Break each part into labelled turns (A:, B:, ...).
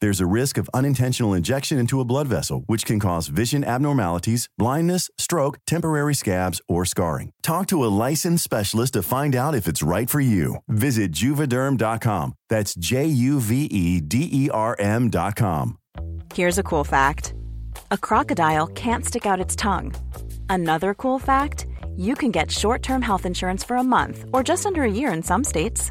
A: There's a risk of unintentional injection into a blood vessel, which can cause vision abnormalities, blindness, stroke, temporary scabs, or scarring. Talk to a licensed specialist to find out if it's right for you. Visit juvederm.com. That's J U V E D E R M.com.
B: Here's a cool fact a crocodile can't stick out its tongue. Another cool fact you can get short term health insurance for a month or just under a year in some states.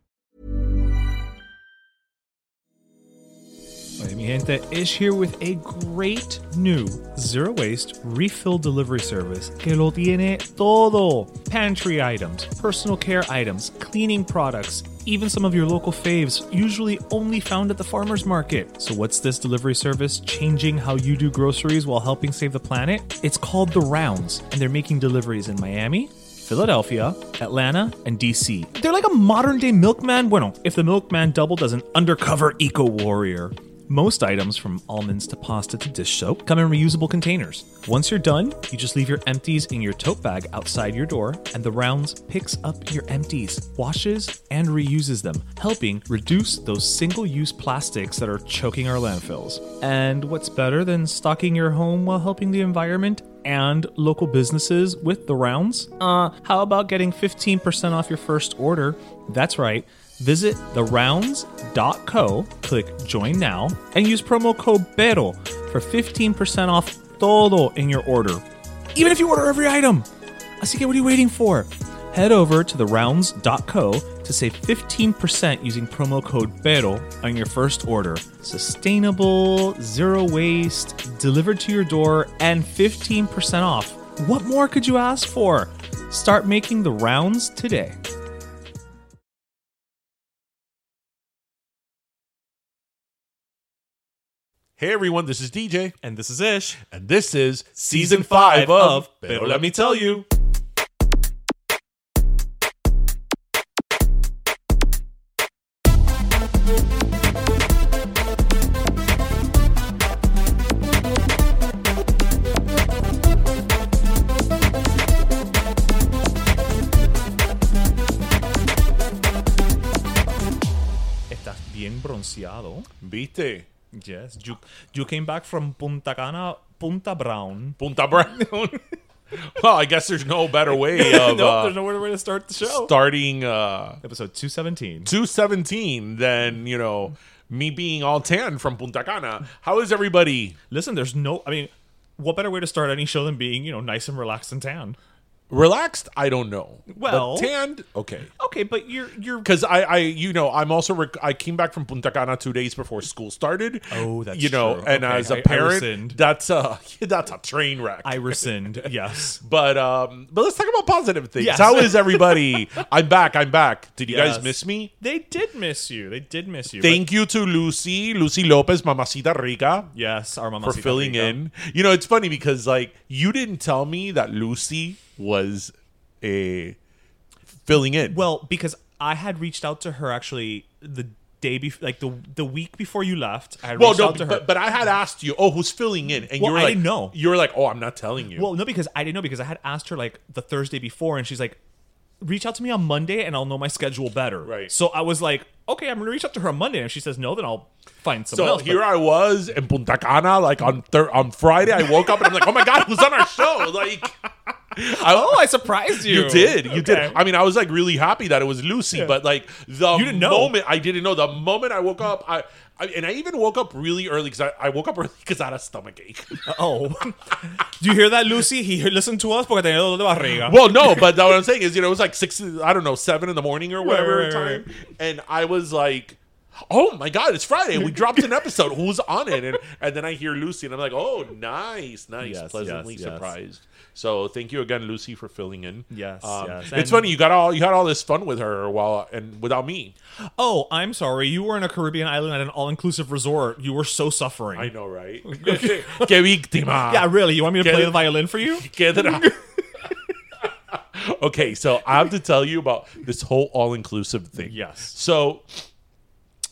C: Oye, mi gente, Ish here with a great new zero waste refill delivery service que lo tiene todo. Pantry items, personal care items, cleaning products, even some of your local faves, usually only found at the farmer's market. So, what's this delivery service changing how you do groceries while helping save the planet? It's called The Rounds, and they're making deliveries in Miami. Philadelphia, Atlanta, and DC. They're like a modern day milkman. Bueno, if the milkman doubled as an undercover eco warrior. Most items, from almonds to pasta to dish soap, come in reusable containers. Once you're done, you just leave your empties in your tote bag outside your door, and the rounds picks up your empties, washes, and reuses them, helping reduce those single use plastics that are choking our landfills. And what's better than stocking your home while helping the environment? and local businesses with the rounds? Uh, how about getting 15% off your first order? That's right. Visit therounds.co, click join now, and use promo code BERO for 15% off todo in your order. Even if you order every item. Así que what are you waiting for? Head over to therounds.co to save 15% using promo code BERO on your first order. Sustainable, zero waste, delivered to your door, and 15% off. What more could you ask for? Start making the rounds today.
D: Hey everyone, this is DJ,
C: And this is Ish.
D: and this is
C: Season five of
D: Pero Let Me Tell You.
C: Estás bien bronceado.
D: Viste?
C: Yes. You, you came back from Punta Cana, Punta Brown.
D: Punta Brown. well, I guess there's no better way of
C: nope,
D: uh,
C: there's nowhere to Oh, start the show.
D: starting uh,
C: Episode 217.
D: 217 than, you know, me being all tan from Punta Cana. How is everybody?
C: Listen, there's no. I mean, what better way to start any show than being, you know, nice and relaxed and tan?
D: Relaxed? I don't know. But
C: Well-
D: tanned? Okay.
C: Okay, but you're you're
D: because I, I, you know, I'm also rec- I came back from Punta Cana two days before school started.
C: Oh, that's
D: you know,
C: true.
D: and
C: Okay,
D: as
C: I-
D: a
C: I
D: parent,
C: rescind.
D: that's a that's a train wreck.
C: I rescind. yes.
D: but um, but let's talk about positive things.
C: Yes.
D: How is everybody? I'm back. I'm back. Did you
C: Yes.
D: guys miss me?
C: They did miss you. They did miss you.
D: Thank you to Lucy, Lucy Lopez, Mamacita Rica.
C: but yes, our mama
D: For filling in, you know, it's funny because like you didn't tell me that Lucy was a eh, filling in.
C: Well, because I had reached out to her actually the day before, like the the week before you left. I
D: well,
C: reached
D: no,
C: out to her.
D: but, but I had asked you, oh, who's filling in, and
C: Well,
D: you were
C: I
D: like,
C: didn't know.
D: You were like, oh, I'm not telling you.
C: well, no, because I didn't know because I had asked her like the Thursday before, and she's like, "Reach out to me on Monday, and I'll know my schedule better."
D: Right.
C: So I was like, "Okay, I'm gonna reach out to her on Monday," and if she says no, then I'll find someone
D: so
C: else.
D: here I was in Punta Cana, like on thir- on Friday. I woke up and I'm like, oh my god, who's on our show? Like, I,
C: oh, I surprised you.
D: You did. You did.
C: Okay.
D: I mean, I was like really happy that it was Lucy, but like the
C: You didn't know.
D: moment I didn't know. The moment I woke up, I, I and I even woke up really early because I, I woke up early because I had a stomach ache.
C: Oh, do you hear that, Lucy? He listened to us porque tenía dolor de barriga.
D: well, no, but that, what I'm saying is, you know, it was like six, I don't know, seven in the morning or whatever
C: right,
D: time, and I was like. Oh my God! It's Friday. We dropped an episode. Who's on it? And and then I hear Lucy, and I'm like, "Oh, nice, nice,
C: Yes,
D: pleasantly
C: yes, yes.
D: surprised." So thank you again, Lucy, for filling in.
C: Yes,
D: Um,
C: yes.
D: it's
C: And-
D: funny you got all you had all this fun with her while and without me.
C: Oh, I'm sorry. You were on a Caribbean island at an all-inclusive resort. You were so suffering.
D: I know, right? Que víctima.
C: Yeah, really. You want me to
D: Get
C: play
D: it?
C: the violin for you?
D: Que dra- okay, so I have to tell you about this whole all-inclusive thing.
C: Yes.
D: So,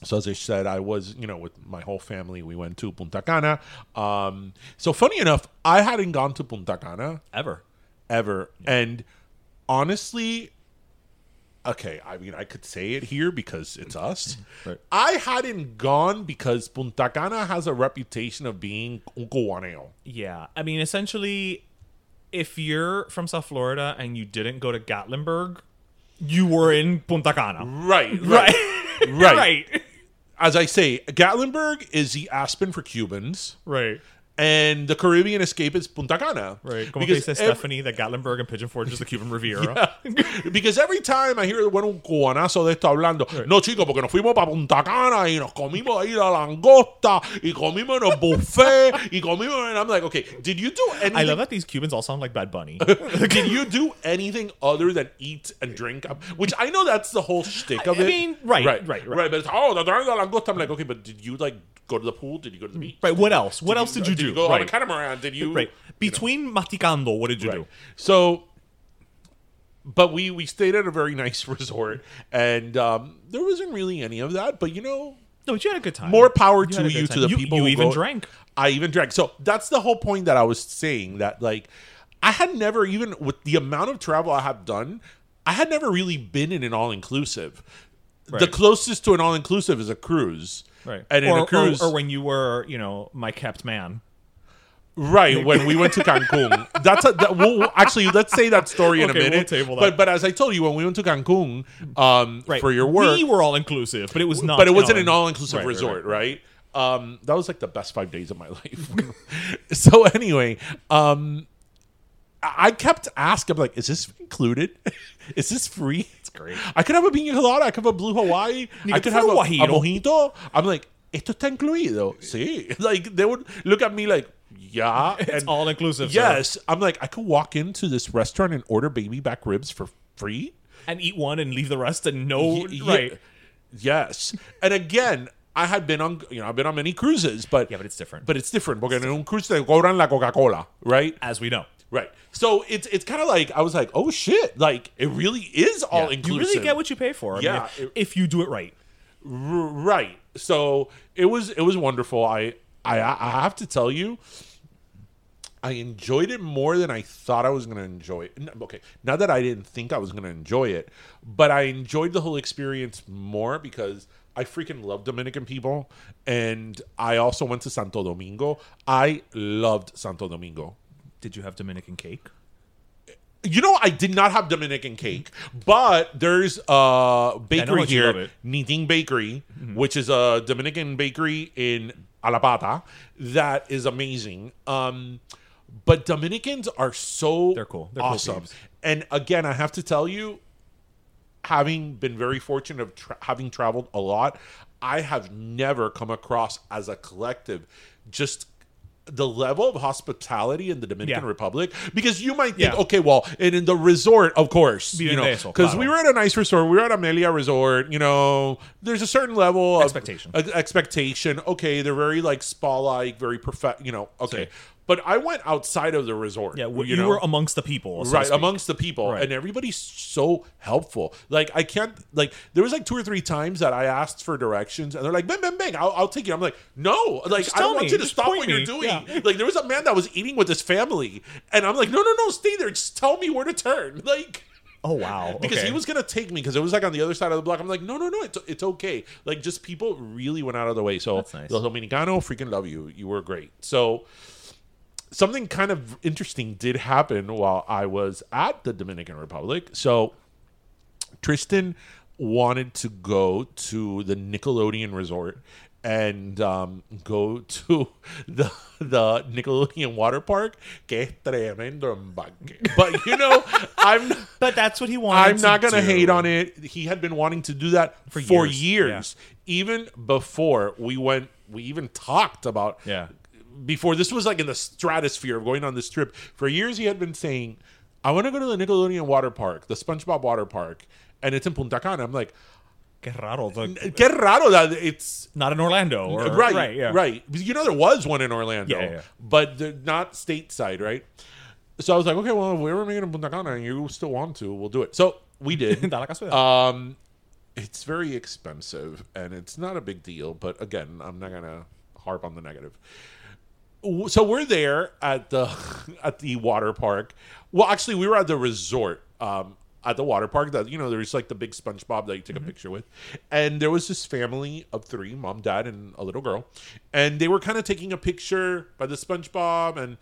D: so as I said, I was, you know, with my whole family, we went to Punta Cana. Um, so funny enough, I hadn't gone to Punta Cana
C: Ever.
D: ever, and honestly. Okay, I mean, I could say it here because it's us.
C: Right.
D: I hadn't gone because Punta Cana has a reputation of being un cubaneo.
C: Yeah. I mean, essentially, if you're from South Florida and you didn't go to Gatlinburg, you were in Punta Cana.
D: Right,
C: Right.
D: right, right.
C: right.
D: As I say, Gatlinburg is the Aspen for Cubans,
C: Right.
D: and the Caribbean escape is Punta Cana.
C: Right. Como
D: Because,
C: dice
D: ev-
C: Stephanie that Gatlinburg and Pigeon Forge is the Cuban Riviera.
D: because every time I hear bueno, un cubanazo de esto hablando, no chico, porque nos fuimos para Punta Cana y nos comimos ahí la langosta y comimos en el buffet y comimos, and I'm like, okay, did you do anything?
C: I love that these Cubans all sound like Bad Bunny.
D: did you do anything other than eat and drink? Um, Which I know that's the whole shtick of
C: I
D: it.
C: mean, right,
D: right,
C: right, right.
D: right. But it's oh, the drank la langosta. I'm like, okay, but did you like go to the pool? Did you go to the beach?
C: right. What else? What else did you
D: Did
C: do?
D: you go on a
C: right.
D: catamaran? Did you
C: right. Between Maticando, what did you
D: Right.
C: do?
D: So, but we we stayed at a very nice resort, and um, there wasn't really any of that. But you know,
C: No, but you had a good time.
D: more power
C: had
D: to
C: a good
D: you to
C: time.
D: the
C: You-
D: people.
C: you
D: who
C: even
D: go-
C: drank.
D: I even drank. So that's the whole point that I was saying that like I had never even with the amount of travel I have done, I had never really been in an all inclusive. The
C: Right.
D: closest to an all inclusive is a cruise.
C: Right.
D: And in
C: or,
D: a cruise
C: or, or when you were, you know, my kept man.
D: Right when we went to Cancun, that's a, that, we'll, we'll- actually let's say that story in
C: Okay,
D: a
C: we'll
D: minute.
C: table that.
D: But but as I told you, when we went to Cancun um,
C: Right.
D: for your work,
C: We were all inclusive, but it was not.
D: but it wasn't
C: no.
D: an all-inclusive
C: Right, right,
D: resort, right? Um, that was like the best five days of my life. so anyway, um, I I kept asking, I'm like, is this included? is this free? It's
C: great.
D: I could have a pina colada. I could have a blue Hawaii.
C: You
D: I
C: could
D: could
C: have
D: have
C: a
D: a, a
C: mojito.
D: mojito. I'm like, esto está incluido. Sí. Like they would look at me like, yeah.
C: It's all inclusive.
D: Yes. I'm like, I could walk into this restaurant and order baby back ribs for free.
C: and eat one and leave the rest and no
D: Ye-
C: Oh, right.
D: ye- Yes. And again, I had been on, you know, I've been on many cruises, but
C: Yeah, but it's different.
D: But it's different. Porque en un cruise te cobran la Coca Cola, right?
C: As we know,
D: Right. So it's it's kind of like I was like, oh shit, like it really is all
C: Yeah.
D: inclusive.
C: you really get what you pay for. I mean,
D: Yeah, it-
C: if you do it right.
D: R- right. So it was it was wonderful. I I I have to tell you. I enjoyed it more than I thought I was going to enjoy it. N- Okay, not that I didn't think I was going to enjoy it, but I enjoyed the whole experience more because I freaking love Dominican people. And I also went to Santo Domingo. I loved Santo Domingo.
C: Did you have Dominican cake?
D: You know, I did not have Dominican cake, but there's a bakery
C: much you love
D: here,
C: it. Mm-hmm.
D: Niting Bakery, which is a Dominican bakery in Alapata that is amazing. Um, but Dominicans are so
C: They're cool. They're cool
D: awesome.
C: peeps.
D: and again, I have to tell you, having been very fortunate of tra- having traveled a lot, I have never come across as a collective just the level of hospitality in the Dominican
C: Yeah.
D: Republic. Because you might think,
C: Yeah.
D: okay, well, and in the resort, of course,
C: Bien
D: you know,
C: eso,
D: because
C: claro.
D: we were at a nice resort, we were at Amelia Resort. You know, there's a certain level of
C: Expectation.
D: ex- expectation. Okay, they're very like spa like, very perfect. You know, okay. But I went outside of the resort.
C: Yeah, w-
D: you,
C: you,
D: know?
C: were amongst the people, so to
D: right
C: speak.
D: amongst the people
C: Right.
D: and everybody's so helpful like i can't like there was like two or three times that i asked for directions and they're like bang bang bang i'll, I'll take it i'm like no like i
C: tell
D: don't want
C: me.
D: you to
C: Just
D: stop
C: point
D: what
C: me.
D: you're doing
C: Yeah.
D: like there was a man that was eating with his family and i'm like no no no stay there just tell me where to turn like
C: Oh wow!
D: because
C: okay.
D: he was gonna take me because it was like on the other side of the block. I'm like, no, no, no, it's, it's okay. Like, just people really went out of the way. So
C: That's nice.
D: Los Dominicano, freaking love you. You were great. So something kind of interesting did happen while I was at the Dominican Republic. So Tristan wanted to go to the Nickelodeon Resort and um, go to the the Nickelodeon water park. Que es tremendo embarque. But you know, I'm
C: But that's what he wanted.
D: I'm not
C: to
D: going to
C: do.
D: hate on it. He had been wanting to do that for, years,
C: years,
D: even before we went. We even talked about
C: Yeah.
D: before this was like in the stratosphere of going on this trip. For years, he had been saying, "I want to go to the Nickelodeon water park, the SpongeBob water park, and it's in Punta Cana." I'm like,
C: Que raro, the-
D: "Qué raro that it's
C: not in Orlando, or,
D: eh, right,
C: Right.
D: right,
C: Yeah.
D: You know there was one in Orlando,
C: Yeah, yeah, yeah.
D: but they're not stateside, right? So I was like, okay, well, if we were making a Punta Cana and you still want to, we'll do it. So we did.
C: Dale casualidad.
D: um, it's very expensive and it's not a big deal, but again, I'm not gonna harp on the negative. W- So we're there at the at the water park. Well, actually, we were at the resort. Um, at the water park that you know there's like the big spongebob that you take a
C: Mm-hmm.
D: picture with and there was this family of three mom dad and a little girl and they were kind of taking a picture by the spongebob and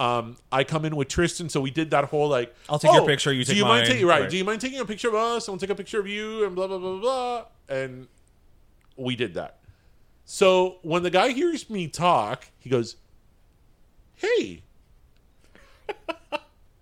D: um i come in with tristan so we did that whole like
C: I'll take your
D: "Oh,
C: picture, you
D: do
C: take
D: you mind
C: mine."
D: taking right,
C: Right.
D: do you mind taking a picture of us and we'll take a picture of you and blah blah blah blah blah and we did that so when the guy hears me talk he goes hey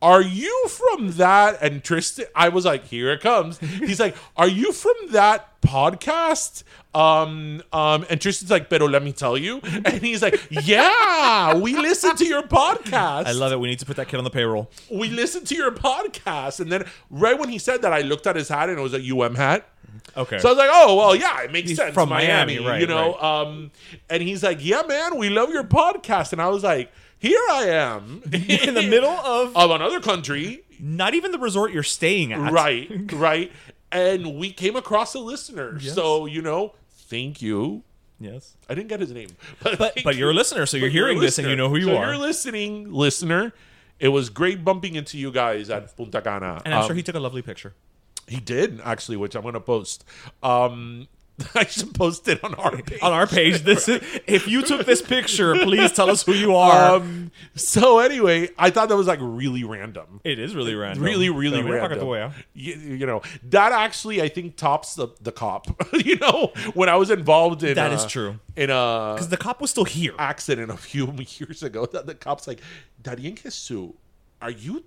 D: are you from that and tristan i was like here it comes he's like are you from that podcast um um and tristan's like pero let me tell you and he's like yeah we listen to your podcast
C: I love it. We need to put that kid on the payroll.
D: we listened to your podcast. And then right when he said that, I looked at his hat and it was a UM hat.
C: Okay.
D: So I was like, oh, well, yeah, it makes
C: He's
D: sense.
C: from
D: Miami,
C: Miami, right,
D: you know? Um, and he's like, yeah, man, we love your podcast. And I was like, here I am
C: in the middle of
D: of another country.
C: not even the resort you're staying at.
D: Right, right. And we came across a listener.
C: Yes.
D: So, you know, thank you.
C: Yes.
D: I didn't get his name. But,
C: But
D: thank
C: but you're a listener, so you're
D: But
C: hearing
D: a
C: this and you
D: listener.
C: know who you
D: So
C: are.
D: You're listening, listener. It was great bumping into you guys at Punta Cana.
C: and I'm
D: Um,
C: sure he took a lovely picture.
D: He did actually, which I'm gonna post. Um, I should post it on our page.
C: On our page, this is if you took this picture, please tell us who you are.
D: Um, so anyway, I thought that was like really random.
C: it is really random.
D: Really, really
C: Pero mira para que
D: random.
C: tú veas.
D: You, you know that actually, I think tops the, the cop. you know when I was involved in
C: That
D: that
C: is
D: is
C: true.
D: in a
C: 'Cause the cop was still here.
D: accident a few years ago. That the cops like, Darien Jesus, are you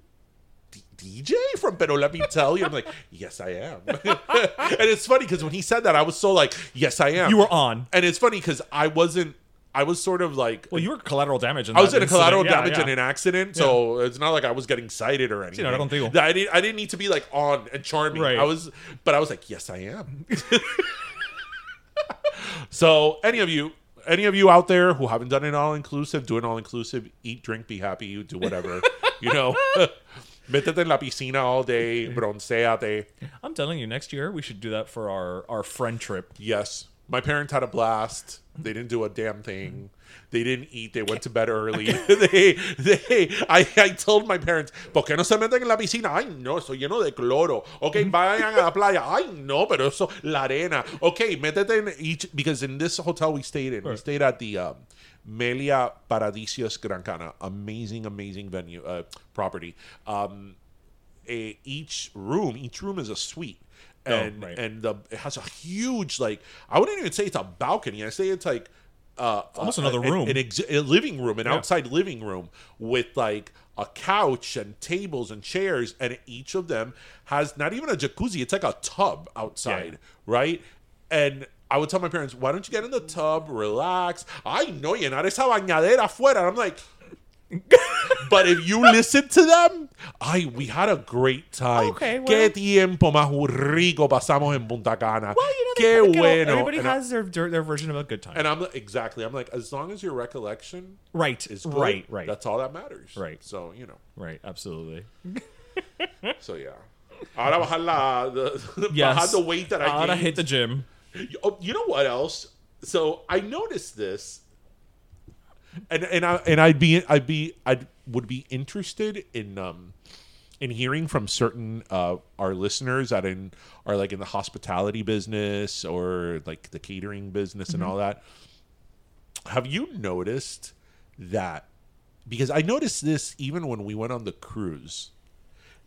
D: D- DJ from Pero Let Me Tell You? I'm like, yes, I am. and it's funny because when he said that, I was so like, yes, I am.
C: You were on.
D: and it's funny because I wasn't. I was sort of like.
C: Well, you were collateral damage. In
D: I was
C: that
D: in a collateral
C: incident. Yeah,
D: damage
C: yeah.
D: in an accident, so it's not like I was getting cited or anything.
C: no era contigo.
D: I didn't. I didn't need to be like on and charming.
C: Right.
D: I was, but I was like, yes, I am. so, any of you, any of you out there who haven't done an all inclusive, do an all inclusive. Eat, drink, be happy. You do whatever. you know, metete en la piscina all day, bronceate.
C: I'm telling you, next year we should do that for our our friend trip.
D: Yes. My parents had a blast. They didn't do a damn thing. They didn't eat. They went to bed early. they, they, I, I told my parents, ¿por qué no se meten en la piscina? Ay, no, eso lleno de cloro. Okay, vayan a la playa. Ay, no, pero eso, la arena. Okay, métete en each, because in this hotel we stayed in, we stayed at the um, Melia Paradisios Gran Cana. Amazing, amazing venue, uh, property. Um, a, each room, each room is a suite. And,
C: Oh, right.
D: and the, it has a huge like I wouldn't even say it's a balcony. I say it's like uh,
C: almost
D: a-
C: another
D: an-
C: room.
D: an, ex- a living room, an outside living room with like a couch and tables and chairs, and each of them has not even a jacuzzi. It's like a tub outside, right? And I would tell my parents, "Why don't you get in the tub, relax?" I know you're not esa bañadera afuera. And I'm like. but if you listen to them, ay, we had a great time.
C: Okay, well-
D: Qué tiempo más rico pasamos en Punta Cana.
C: Well, you know, they
D: Qué
C: put- you know,
D: bueno.
C: everybody
D: and,
C: has their, their their version of a good time.
D: I, and I'm exactly. I'm like, as long as your recollection
C: right,
D: is good,
C: right, right,
D: That's all that matters.
C: Right.
D: So you know.
C: right. Absolutely.
D: So yeah. Ahora bajar la, the,
C: Yes.
D: bajar the weight that I
C: Gotta
D: gained.
C: hit the gym.
D: Oh, you know what else? So I noticed this, and and I and I'd be I'd be I would be interested in um in hearing from certain uh our listeners that in are like in the hospitality business or like the catering business and all that. Have you noticed that? Because I noticed this even when we went on the cruise,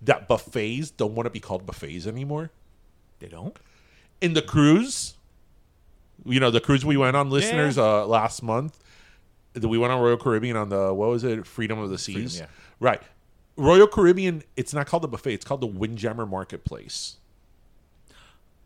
D: that buffets don't want to be called buffets anymore
C: They don't.
D: in the cruise, you know, the cruise we went on, listeners, uh, last month, that we went on Royal Caribbean on the what was it, Freedom of the Seas,
C: yeah.
D: right? Royal Caribbean, it's not called the buffet; it's called the Windjammer Marketplace.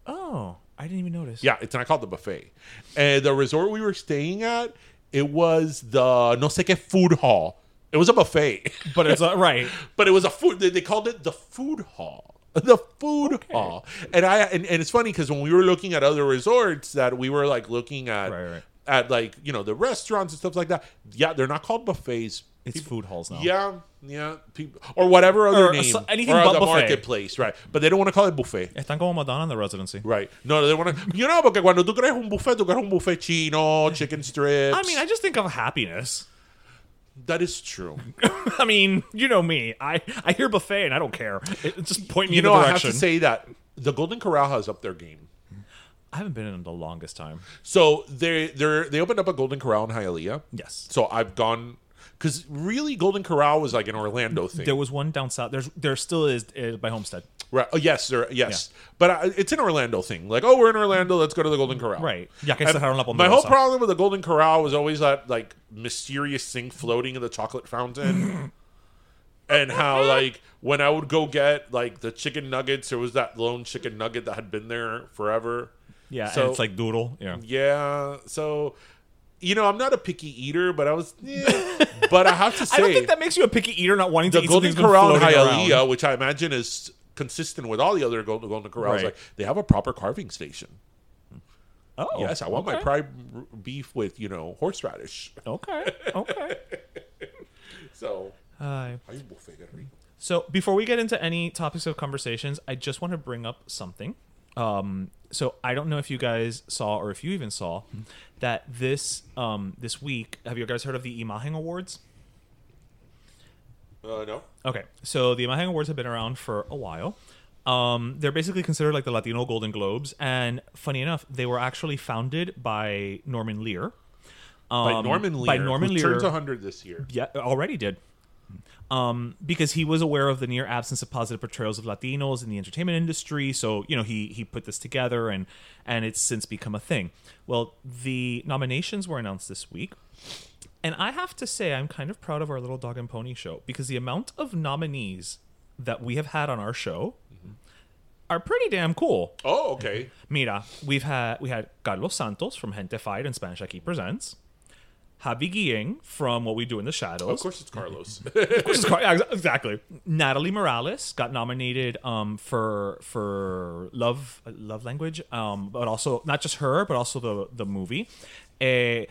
C: Oh, I didn't even notice.
D: Yeah, it's not called the buffet. And the resort we were staying at, it was the no sé qué food hall. It was a buffet,
C: but it's uh, right.
D: but it was a food. They, they called it the food hall. The food hall, and I and, and it's funny because when we were looking at other resorts that we were like looking at
C: Right, right.
D: at like you know the restaurants and stuff like that. Yeah, they're not called buffets.
C: It's food halls now.
D: Yeah, yeah, people, or whatever other
C: Or, uh,
D: name,
C: so- anything
D: or
C: but
D: the
C: buffet.
D: marketplace, right? But they don't want to call it buffet.
C: Están como Eh, Madonna in the residency.
D: Right. No, they want to. You know, porque cuando tú crees un buffet, tú crees un buffet chino, chicken strips.
C: I mean, I just think of happiness.
D: that is true.
C: I mean, you know me. I, I hear buffet and I don't care. It, it just point me
D: You
C: in the
D: know, I have
C: direction.
D: to say that the Golden Corral has up their game.
C: I haven't been in the longest time.
D: So they they they opened up a Golden Corral in Hialeah.
C: Yes.
D: So I've gone because really Golden Corral was like an Orlando thing.
C: There was one down south. There's there still is uh, by Homestead.
D: right. Oh yes, there. Yes, but I, it's an Orlando thing. Like oh, we're in Orlando. Let's go to the Golden Corral.
C: Right. Ya que
D: Oh. And
C: se dejaron la
D: my
C: ponderosa.
D: whole problem with the Golden Corral was always that like mysterious thing floating in the chocolate fountain. And how like when I would go get like the chicken nuggets, there was that lone chicken nugget that had been there forever.
C: Yeah,
D: So-
C: and it's like doodle. Yeah.
D: Yeah. So, you know, I'm not a picky eater, but I was. yeah. but I have to say,
C: I don't think that makes you a picky eater not wanting to
D: the
C: eat
D: Golden
C: something that's been
D: Corral in
C: floating around.
D: Hialeah, which I imagine is consistent with all the other Golden, Golden Corrals,
C: Right.
D: like they have a proper carving station.
C: Oh,
D: yes, I want my
C: okay.
D: prime r- beef with you know horseradish.
C: Okay. Okay.
D: So.
C: Uh,
D: Ay, buffet, qué rico.
C: So before we get into any topics of conversations, I just want to bring up something. Um, so I don't know if you guys saw or if you even saw that this um, this week. Have you guys heard of the Imahang Awards?
D: Uh, no.
C: Okay, so the Imahang Awards have been around for a while. Um, they're basically considered like the Latino Golden Globes, and funny enough, they were actually founded by Norman Lear.
D: By
C: Um,
D: Norman Lear.
C: by Norman
D: who
C: Lear.
D: turns 100 this year.
C: Yeah, already did. Um, because he was aware of the near absence of positive portrayals of Latinos in the entertainment industry, so you know he he put this together, and and it's since become a thing. Well, the nominations were announced this week, and I have to say I'm kind of proud of our little dog and pony show because the amount of nominees that we have had on our show
D: Mm-hmm.
C: are pretty damn cool.
D: Oh, okay.
C: Mira, we've had we had Carlos Santos from Gente Fired and Spanish Aquí Presents, Javi Guillen from What We Do in the Shadows,
D: Of course, it's Carlos.
C: which is quite- yeah, ex- exactly. Natalie Morales got nominated um, for for love love language, um, but also not just her, but also the the movie. Eh,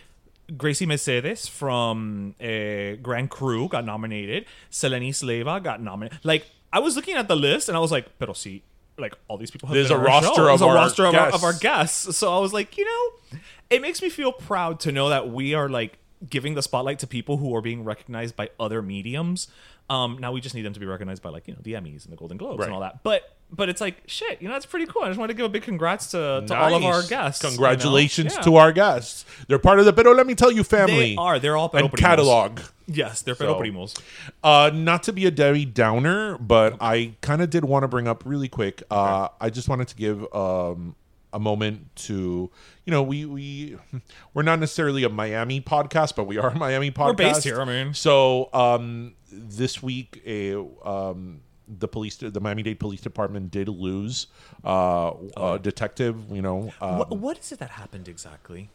C: Gracie Mercedes from eh, Grand Crew got nominated. Selene Leva got nominated. Like I was looking at the list and I was like, "Pero see, like all these people have
D: There's
C: been
D: a
C: on our show.
D: roster
C: There's
D: of
C: a
D: our
C: roster of our, of
D: guests.
C: our guests." So I was like, you know, it makes me feel proud to know that we are like giving the spotlight to people who are being recognized by other mediums. Um, now we just need them to be recognized by like you know the Emmys and the Golden Globes
D: Right.
C: and all that. But but it's like shit, you know, that's pretty cool. I just want to give a big congrats to, to all of our
D: Nice.
C: guests. you know?
D: Congratulations
C: Yeah.
D: to our guests. They're part of the Pero Let Me Tell You family.
C: They are. They're all Pero
D: and
C: Primos.
D: catalog.
C: Yes, they're Pero
D: So-
C: Primos.
D: Uh, not to be a Debbie Downer, but I kind of did want to bring up really quick. Uh, I just wanted to give um, a moment to you know we we we're not necessarily a Miami podcast, but we are a Miami podcast.
C: based here, I mean.
D: so um, this week, a um, the police, the Miami Dade Police Department, did lose
C: Oh.
D: uh, a detective. You know, um,
C: What, what is it that happened exactly?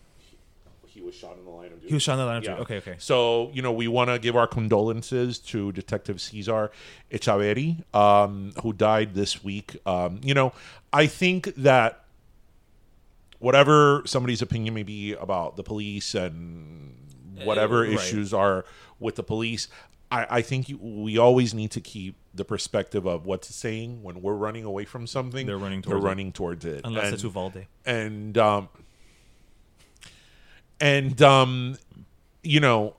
D: he was shot in the line of duty.
C: He was shot in the line of
D: Yeah.
C: duty. Okay, okay.
D: So, you know, we want to give our condolences to Detective Cesar Echaveri, um, who died this week. Um, you know, I think that whatever somebody's opinion may be about the police and
C: Eh,
D: whatever issues are with the police, I, I think you, we always need to keep the perspective of what's it saying when we're running away from something.
C: They're running
D: they're
C: towards it.
D: running towards it,
C: Unless
D: and,
C: it's Uvalde.
D: and um, and um, you know,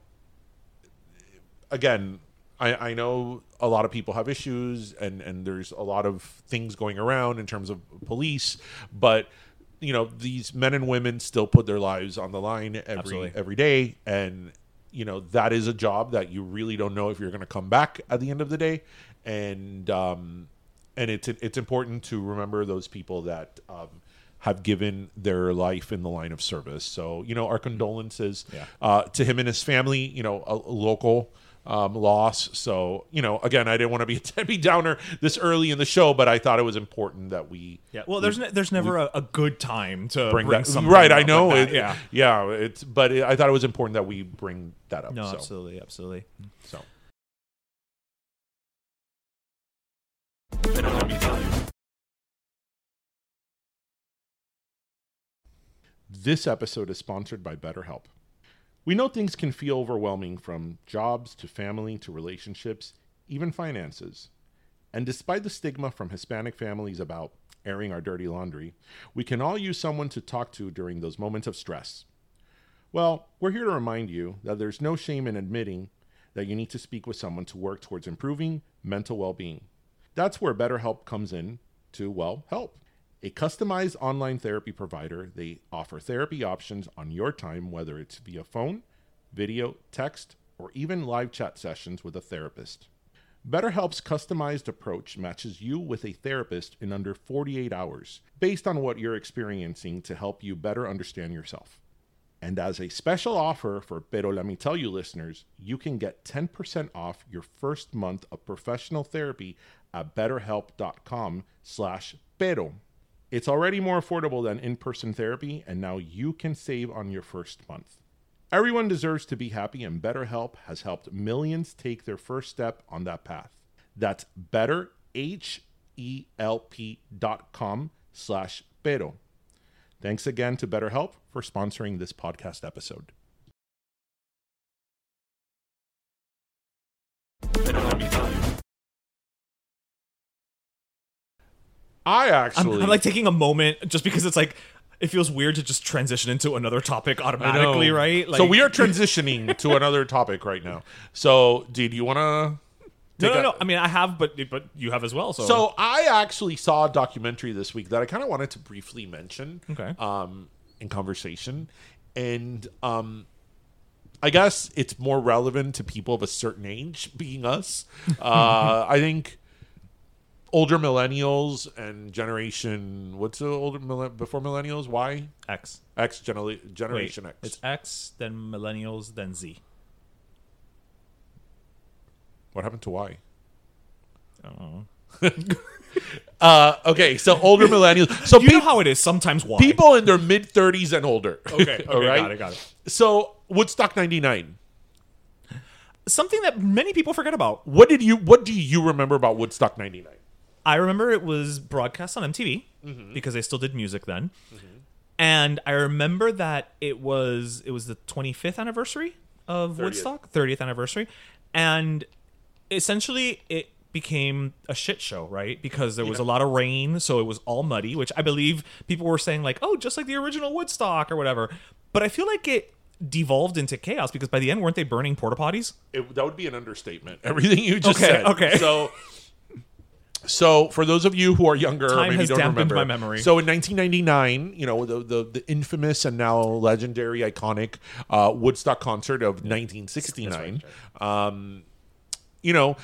D: again, I, I know a lot of people have issues and, and there's a lot of things going around in terms of police, but you know, these men and women still put their lives on the line every
C: Absolutely.
D: every day and you know, that is a job that you really don't know if you're gonna come back at the end of the day. And um and it's it's important to remember those people that um have given their life in the line of service. So, you know, our condolences uh, to him and his family, you know, a, a local um, loss. So, you know, again, I didn't want to be a Debbie Downer this early in the show, but I thought it was important that we.
C: Yeah. Well, there's ne- there's never a, a good time to bring,
D: Bring that,
C: something
D: right, I
C: up
D: know.
C: Like that.
D: it,
C: yeah.
D: yeah. It's but it, I thought it was important that we bring that up.
C: No,
D: so,
C: absolutely, absolutely.
D: So This episode is sponsored by BetterHelp. We know things can feel overwhelming from jobs to family to relationships, even finances. And despite the stigma from Hispanic families about airing our dirty laundry, we can all use someone to talk to during those moments of stress. Well, we're here to remind you that there's no shame in admitting that you need to speak with someone to work towards improving mental well being. That's where BetterHelp comes in to, well, help. A customized online therapy provider, they offer therapy options on your time, whether it's via phone, video, text, or even live chat sessions with a therapist. BetterHelp's customized approach matches you with a therapist in under 48 hours based on what you're experiencing to help you better understand yourself. And as a special offer for Pero Let Me Tell You listeners, you can get 10% off your first month of professional therapy at betterhelp.com slash pero. It's already more affordable than in-person therapy, and now you can save on your first month. Everyone deserves to be happy, and BetterHelp has helped millions take their first step on that path. That's E betterhelp.com slash pero. Thanks again to BetterHelp for sponsoring this podcast episode. I
C: I'm,
D: actually
C: I'm like taking a moment just because it's like it feels weird to just transition into another topic automatically, right? Like,
D: so we are transitioning to another topic right now. So, dude, you want to?
C: No, no, no. I mean, I have, but but you have as well. So,
D: So I actually saw a documentary this week that I kind of wanted to briefly mention.
C: Okay.
D: Um, in conversation, and um, I guess it's more relevant to people of a certain age, being us. Uh, I think older millennials and generation. What's the older mille- before millennials? Why
C: X.
D: X generally
C: Wait,
D: generation X?
C: It's X, then millennials, then Z.
D: What happened to Y?
C: Oh.
D: Uh, okay, so older millennials. So
C: You know
D: people,
C: how it is. Sometimes why
D: people in their mid thirties and older.
C: Okay, okay,
D: all right?
C: got it, got it.
D: So Woodstock '99.
C: Something that many people forget about.
D: What did you? What do you remember about Woodstock '99?
C: I remember it was broadcast on MTV because they still did music then, and I remember that it was it was the 25th anniversary of Woodstock, 30th anniversary, and essentially it became a shit show, right? Because there was a lot of rain, so it was all muddy, which I believe people were saying like, "Oh, just like the original Woodstock or whatever." But I feel like it devolved into chaos because by the end weren't they burning porta potties?
D: It, that would be an understatement. Everything you just
C: Okay,
D: said.
C: okay.
D: So, so for those of you who are younger, or
C: Time
D: maybe
C: has
D: don't
C: dampened
D: remember
C: my memory.
D: So in 1999, you know the the, the infamous and now legendary, iconic uh, Woodstock concert of 1969. Um, you know,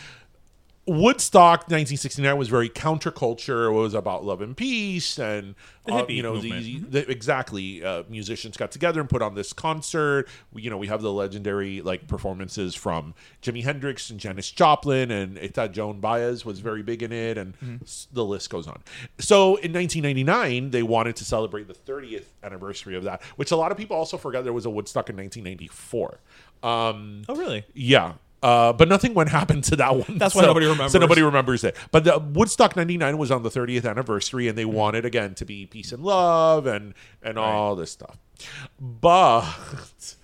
D: Woodstock 1969 was very counterculture. It was about love and peace, and uh,
C: hippie
D: you know the,
C: movement. Mm-hmm.
D: the- exactly uh, musicians got together and put on this concert. We, you know we have the legendary like performances from Jimi Hendrix and Janis Joplin, and Etta Joan Baez was very big in it, and
C: Mm-hmm.
D: s- the list goes on. So in 1999, they wanted to celebrate the 30th anniversary of that, which a lot of people also forgot there was a Woodstock in 1994. Um,
C: Oh, really?
D: yeah. Uh, but nothing went happened to that one.
C: That's why nobody remembers.
D: So nobody remembers it. But the Woodstock '99 was on the 30th anniversary, and they
C: Mm-hmm.
D: wanted again to be peace and love and and all this stuff. But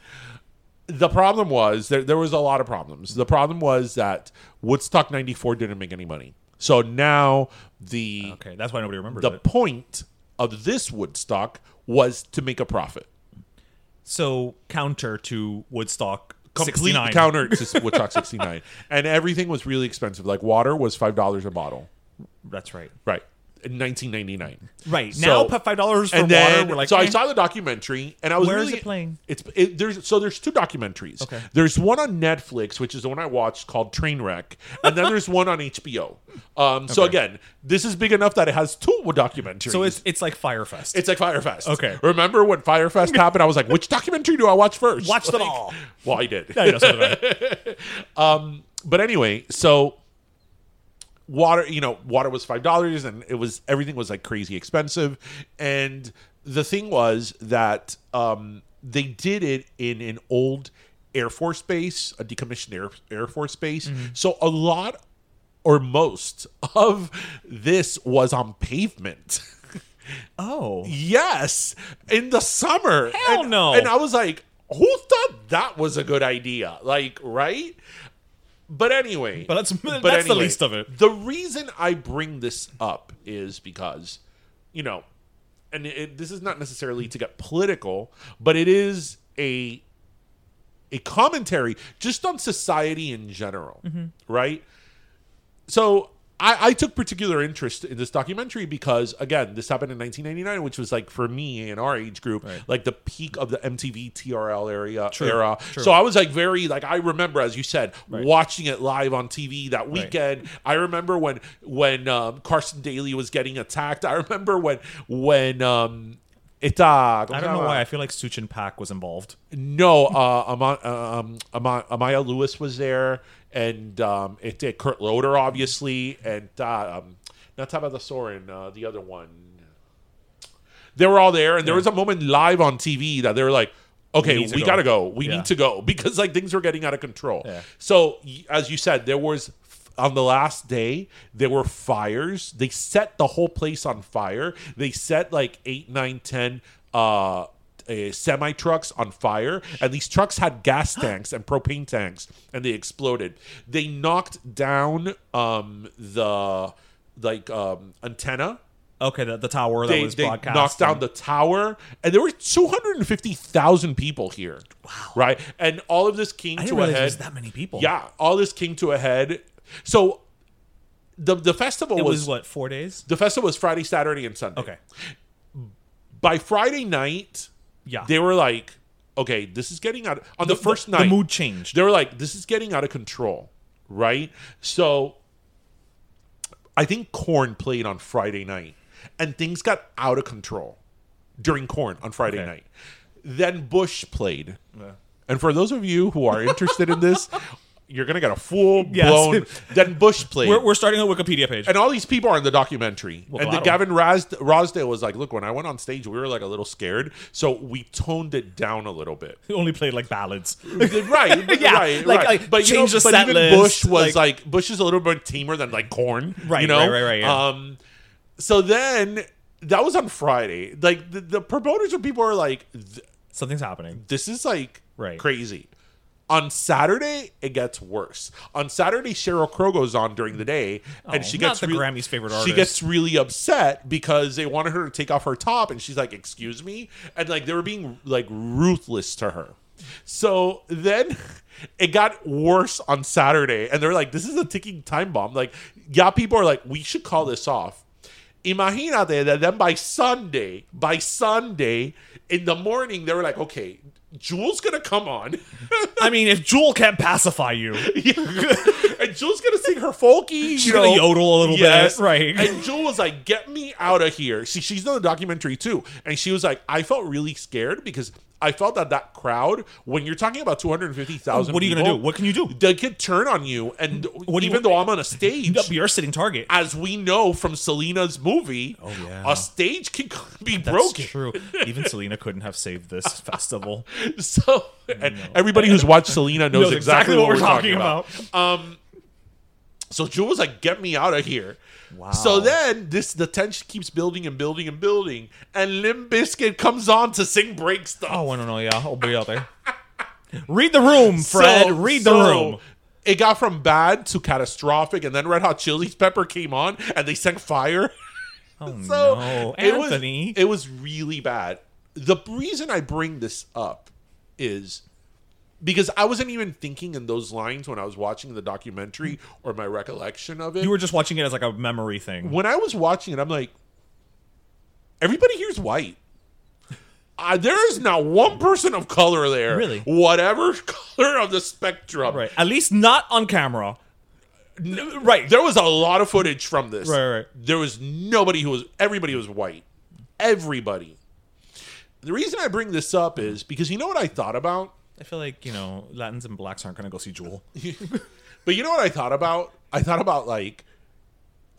D: the problem was there, there was a lot of problems. The problem was that Woodstock '94 didn't make any money. So now the
C: Okay, that's why nobody remembers
D: the
C: it.
D: point of this Woodstock was to make a profit.
C: So counter to Woodstock
D: complete
C: 69.
D: counter to Woodstock 69. And everything was really expensive. Like water was $5 a bottle.
C: That's right.
D: Right. In 1999.
C: Right.
D: So-
C: Now put five dollars for
D: and then,
C: water. We're like,
D: so I
C: eh.
D: saw the documentary, and I was
C: Where is
D: really-
C: it playing?
D: It's it, there's so there's two documentaries.
C: Okay.
D: There's one on Netflix, which is the one I watched called Trainwreck, and then there's one on HBO. Um, so again, this is big enough that it has two documentaries.
C: So it's it's like Firefest.
D: It's like Firefest.
C: Okay.
D: Remember when Firefest happened? I was like, which documentary do I watch first?
C: Watch them
D: Like-
C: all.
D: Well, I did.
C: I know, so did I.
D: but anyway, so water, you know, water was five dollars, and it was everything was like crazy expensive. And the thing was that um, they did it in an old Air Force base, a decommissioned Air, Air Force base.
C: Mm-hmm.
D: So a lot or most of this was on pavement.
C: Oh.
D: Yes, in the summer.
C: Hell
D: and,
C: no.
D: And I was like, who thought that was a good idea? Like, right? But anyway,
C: But that's- that's the least of it.
D: The reason I bring this up is because, you know, and it, this is not necessarily to get political, but it is a a commentary just on society in general, right? so I, I took particular interest in this documentary because again this happened in 1999 which was like for me in our age group like the peak of the mtv trl area era so i was like very like i remember as you said watching it live on tv that weekend i remember when when um, carson daly was getting attacked i remember when when um it, uh,
C: I don't know why I feel like Suchin Pak was involved.
D: no, uh, Ama- um, Ama- Amaya Lewis was there, and um, it did Kurt Loder, obviously, and uh, um, not Tabitha Soren, uh, the other one. They were all there, and there was a moment live on TV that they were like, "Okay, we,
C: need to go."
D: gotta go. We
C: Yeah.
D: need to go because like things were getting out of control."
C: Yeah.
D: So, y- as you said, there was on the last day there were fires. They set the whole place on fire. They set like eight, nine, ten uh, uh, semi trucks on fire, and these trucks had gas tanks and propane tanks, and they exploded. They knocked down um, the like um, antenna
C: Okay, the, the tower that
D: they,
C: was
D: they
C: broadcast.
D: knocked down
C: and-
D: the tower, and there were two hundred and fifty thousand people here. Wow! Right, and all of this came
C: I
D: to
C: didn't
D: a
C: realize
D: head.
C: there was that many people.
D: Yeah, all this came to a head. So the the festival
C: It
D: was,
C: was, what, four days?
D: the festival was Friday, Saturday, and Sunday.
C: Okay.
D: By Friday night,
C: Yeah.
D: they were like, "Okay, this is getting out." On the, first night,
C: the mood changed.
D: they were like, this is getting out of control, right? So I think Corn played on Friday night, and things got out of control during Corn on Friday
C: Okay.
D: night. Then Bush played. And for those of you who are interested in this, you're going to get a full blown.
C: Yes.
D: Then Bush played.
C: We're, we're starting a Wikipedia page.
D: and all these people are in the documentary. and the
C: claro.
D: Gavin Rasd- Rosdale was like, look, when I went on stage, we were like a little scared. So we toned it down a little bit
C: Who only played like ballads.
D: right, but-
C: Yeah,
D: right,
C: like,
D: right.
C: like,
D: but you know,
C: change the
D: but
C: set
D: even
C: list,
D: Bush was
C: like-
D: like, Bush is a little bit tamer than like Corn,
C: Right,
D: You know,
C: right, right, right, yeah.
D: Um, so then that was on Friday. Like the, the promoters or people are like, "Th-
C: Something's happening.
D: this is like
C: Right.
D: crazy. On Saturday, it gets worse. On Saturday, Cheryl Crow goes on during the day, and
C: Oh,
D: she
C: not
D: gets
C: the Grammy's favorite
D: She
C: artist.
D: gets really upset because they wanted her to take off her top, and she's like, "Excuse me," and like they were being like ruthless to her. So then it got worse on Saturday, and they're like, "This is a ticking time bomb." Like, yeah, people are like, "We should call this off." Imagínate that then by Sunday, by Sunday in the morning, they were like, okay, Jule's gonna come on,
C: I mean, if Jewel can't pacify you,
D: and Jule's gonna sing her folky.
C: she's
D: you
C: gonna
D: know.
C: yodel a little
D: Yes.
C: bit, right?
D: And Jewel was like, "Get me out of here." See, she's done a documentary too, and she was like, "I felt really scared because I felt that that crowd, when you're talking about 250,000,
C: What are you gonna
D: people,
C: do? What can you do?
D: They could turn on you, and
C: What do you-
D: even though I'm on a stage,
C: You're a sitting target.
D: as we know from Selena's movie,
C: Oh, yeah.
D: a stage can be
C: That's
D: broken.
C: true. Even Selena couldn't have saved this festival.
D: So, and everybody who's watched Selena knows, exactly, what, we're talking, about. So Jewel was like, "Get me out of here." Wow. So then this the tension keeps building and building and building, and Limp Bizkit comes on to sing break stuff.
C: Oh, I don't know. Yeah, I'll be out there. Read the room, Fred.
D: So-
C: Read the
D: so
C: room.
D: It got from bad to catastrophic, and then Red Hot Chili's Pepper came on, and they sang fire.
C: Oh
D: So
C: no,
D: it was-
C: Anthony.
D: it was really bad. The reason I bring this up is because I wasn't even thinking in those lines when I was watching the documentary or my recollection of it.
C: you were just watching it as like a memory thing.
D: when I was watching it, I'm like, everybody here's white. Uh, there is not one person of color there.
C: Really?
D: Whatever color of the spectrum.
C: Right. At least not on camera.
D: N- right. There was a lot of footage from this.
C: Right, right.
D: There was nobody who was, everybody was white. Everybody. The reason I bring this up is because you know what I thought about?
C: I feel like, you know, Latins and blacks aren't going to go see Jewel.
D: But you know what I thought about? I thought about like,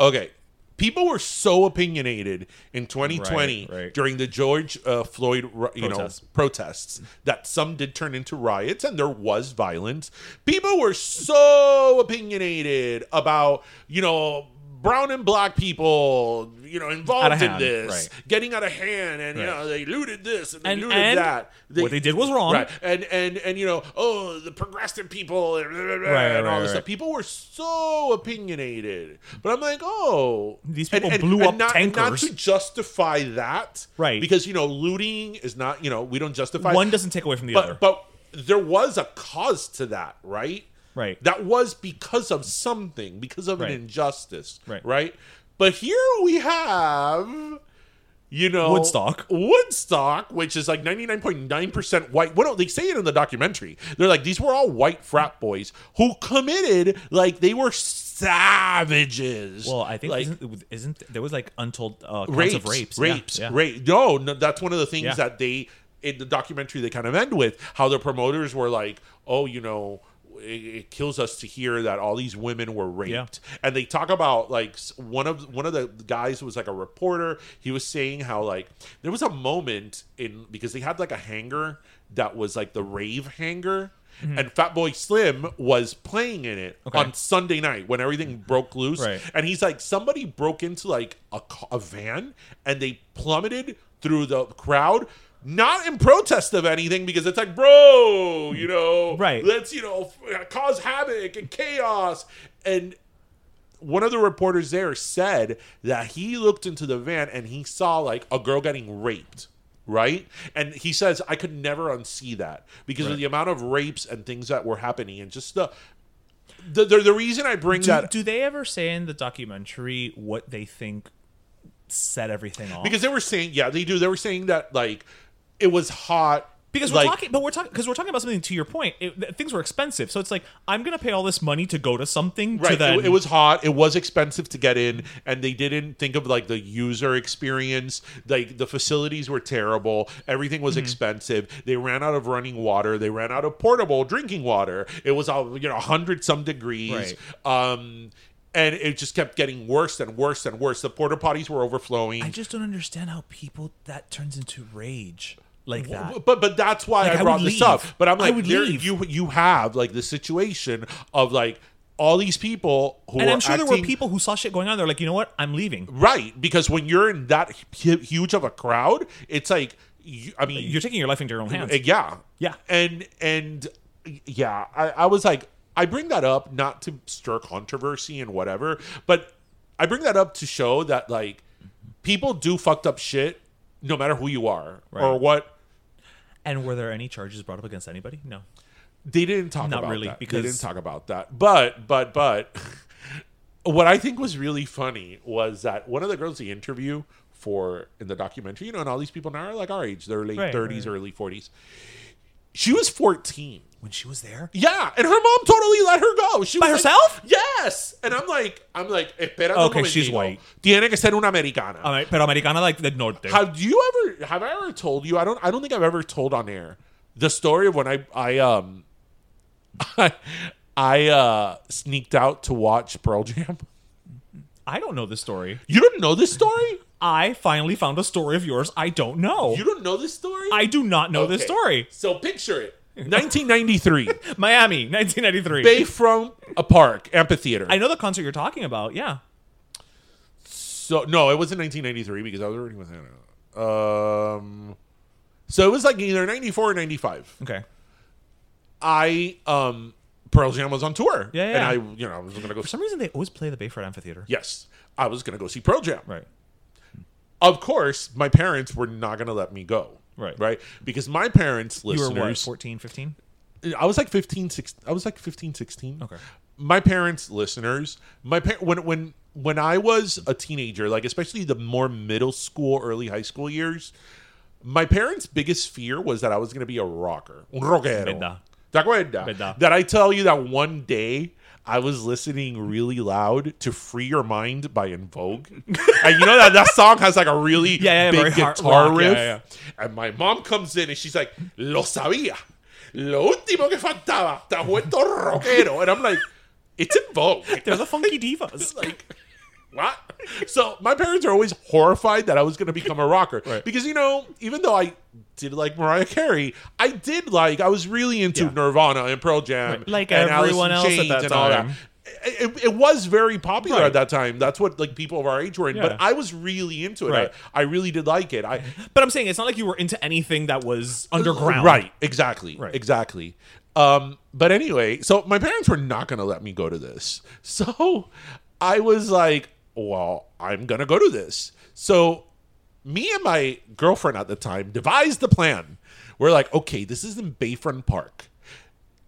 D: okay, people were so opinionated in 2020
C: Right, right.
D: during the George uh, Floyd, ri- you
C: Protests.
D: know, protests that some did turn into riots and there was violence. People were so opinionated about, you know. Brown and black people, you know, involved in
C: hand,
D: this,
C: right.
D: getting out of hand, and you
C: Right.
D: know, they looted this and they
C: And-
D: looted
C: and
D: that.
C: what they did was wrong.
D: right? And and and you know, oh, the progressive people, and, blah, blah, blah,
C: Right,
D: and all
C: right,
D: this
C: right.
D: stuff. People were so opinionated, but I'm like, oh,
C: These
D: and-
C: people
D: and-
C: blew
D: and
C: up
D: not, and not
C: tankers.
D: to justify that,
C: Right.
D: Because you know, looting is not, you know, we don't justify
C: One doesn't take away from the
D: but
C: other.
D: but there was a cause to that, right?
C: Right.
D: That was because of something, because of
C: Right.
D: an injustice,
C: Right.
D: Right. But here we have, you know,
C: Woodstock.
D: Woodstock, which is like ninety nine point nine percent white. Well, no, they say it in the documentary. They're like these were all white frat boys who committed like they were savages.
C: well, I think
D: like
C: isn't, isn't there was like untold uh, counts
D: rapes,
C: of rapes,
D: rapes,
C: Yeah,
D: rapes,
C: yeah.
D: rape. No, no, that's one of the things
C: Yeah.
D: that they in the documentary they kind of end with how the promoters were like, oh, you know. It, it kills us to hear that all these women were raped, and they talk about like s- one of one of the guys was like a reporter. He was saying how like there was a moment in because they had like a hanger that was like the rave hanger,
C: Mm-hmm.
D: and Fatboy Slim was playing in it on Sunday night when everything broke loose,
C: Right.
D: and he's like, somebody broke into like a, ca- a van and they plummeted through the crowd, not in protest of anything, because it's like, bro, you know,
C: Right.
D: Let's you know f- cause havoc and chaos. And one of the reporters there said that he looked into the van and he saw like a girl getting raped. Right, and he says I could never unsee that because of the amount of rapes and things that were happening, and just the the the, the reason I bring
C: Do,
D: that
C: do they ever say in the documentary what they think set everything off?
D: because they were saying yeah they do they were saying that like it was hot
C: Because we're
D: like,
C: talking, but we're talking because we're talking about something. To your point, it, th- things were expensive, so it's like I'm gonna pay all this money to go to something.
D: right
C: to
D: it-
C: then,
D: it, was hot it was expensive to get in and they didn't think of like the user experience like the facilities were terrible everything was expensive they ran out of running water they ran out of portable drinking water it was all you know 100 some degrees um and it just kept getting worse and worse and worse the porta potties were overflowing
C: I just don't understand how people that turns into rage like that.
D: But but that's why
C: Like, I
D: I brought
C: would
D: this
C: leave.
D: up. But I'm
C: I
D: like,
C: would
D: there,
C: leave.
D: you you have like the situation of like all these people who
C: and
D: are
C: I'm sure there were
D: acting-
C: people who saw shit going on. They're like, you know what? I'm leaving.
D: right because when you're in that hu- huge of a crowd, it's like you, I mean,
C: You're taking your life into your own hands.
D: uh, yeah,
C: Yeah.
D: and and yeah, I, I was like, I bring that up not to stir controversy and whatever, but I bring that up to show that like people do fucked up shit, no matter who you are or
C: Right.
D: what.
C: And were there any charges brought up against anybody? No.
D: they didn't talk
C: Not
D: about
C: really,
D: that.
C: because-
D: they didn't talk about that. But but but what I think was really funny was that one of the girls they interview for in the documentary, you know, and all these people now are like our age, they're late
C: Right,
D: thirties,
C: right.
D: early forties. She was 14.
C: when she was there.
D: Yeah, and her mom totally let her go. She
C: By
D: was like,
C: herself?
D: yes, and I'm like, I'm like, esperando
C: Okay,
D: un
C: she's
D: momentico.
C: white.
D: Tiene que ser una americana.
C: All right, pero americana like the north there.
D: Have you ever? Have I ever told you? I don't. I don't think I've ever told on air the story of when I I um I, I uh sneaked out to watch Pearl Jam.
C: I don't know the story.
D: You don't know this story?
C: I finally found a story of yours I don't know.
D: You don't know this story?
C: I do not know this
D: Okay.
C: story.
D: So picture it. 1993,
C: Miami, 1993.
D: Bayfront a Park Amphitheater.
C: I know the concert you're talking about. Yeah.
D: So no, it wasn't 1993 because I was already with Hannah. Um, so it was like either 94 or 95.
C: Okay.
D: I um, Pearl Jam was on tour.
C: Yeah, yeah.
D: And I, you know, I was gonna go.
C: For some reason, they always play the Bayfront Amphitheater.
D: Yes, I was gonna go see Pearl Jam.
C: Right.
D: Of course, my parents were not gonna let me go.
C: Right.
D: Right. Because my parents,
C: You were what,
D: listeners,
C: 14, 15?
D: I was like 15, 16, I was like 15, 16.
C: Okay.
D: My parents, listeners, my par- when when when I was a teenager, like especially the more middle school, early high school years, my parents' biggest fear was that I was going to be a rocker, un rockero.
C: Verdad.
D: ¿Te acuerdas?
C: Verdad.
D: That I tell you that one day I was listening really loud to "Free Your Mind" by In Vogue, and you know that that song has like a really
C: Yeah, yeah, very
D: big
C: hard
D: guitar
C: rock. Yeah,
D: riff.
C: yeah,
D: And my mom comes in and she's like, Lo sabía. Lo último que faltaba. Te has vuelto rockero. And I'm like, It's in vogue.
C: They're the Funky Divas.
D: like, what? So my parents are always horrified that I was going to become a rocker. Because, you know, even though I did like Mariah Carey, I did like, I was really into Nirvana and Pearl Jam.
C: Right. Like
D: and Alice
C: everyone
D: in
C: else at
D: Chains
C: that
D: and all
C: time.
D: It, it was very popular
C: Right.
D: at that time. That's what like people of our age were in.
C: Yeah.
D: But I was really into it.
C: Right.
D: I, I really did like it. I
C: But I'm saying it's not like you were into anything that was underground.
D: Right, exactly.
C: Right.
D: Exactly. Um, but anyway, so my parents were not going to let me go to this. So I was like, well, I'm going to go to this. So me and my girlfriend at the time devised the plan. We're like, okay, this is in Bayfront Park.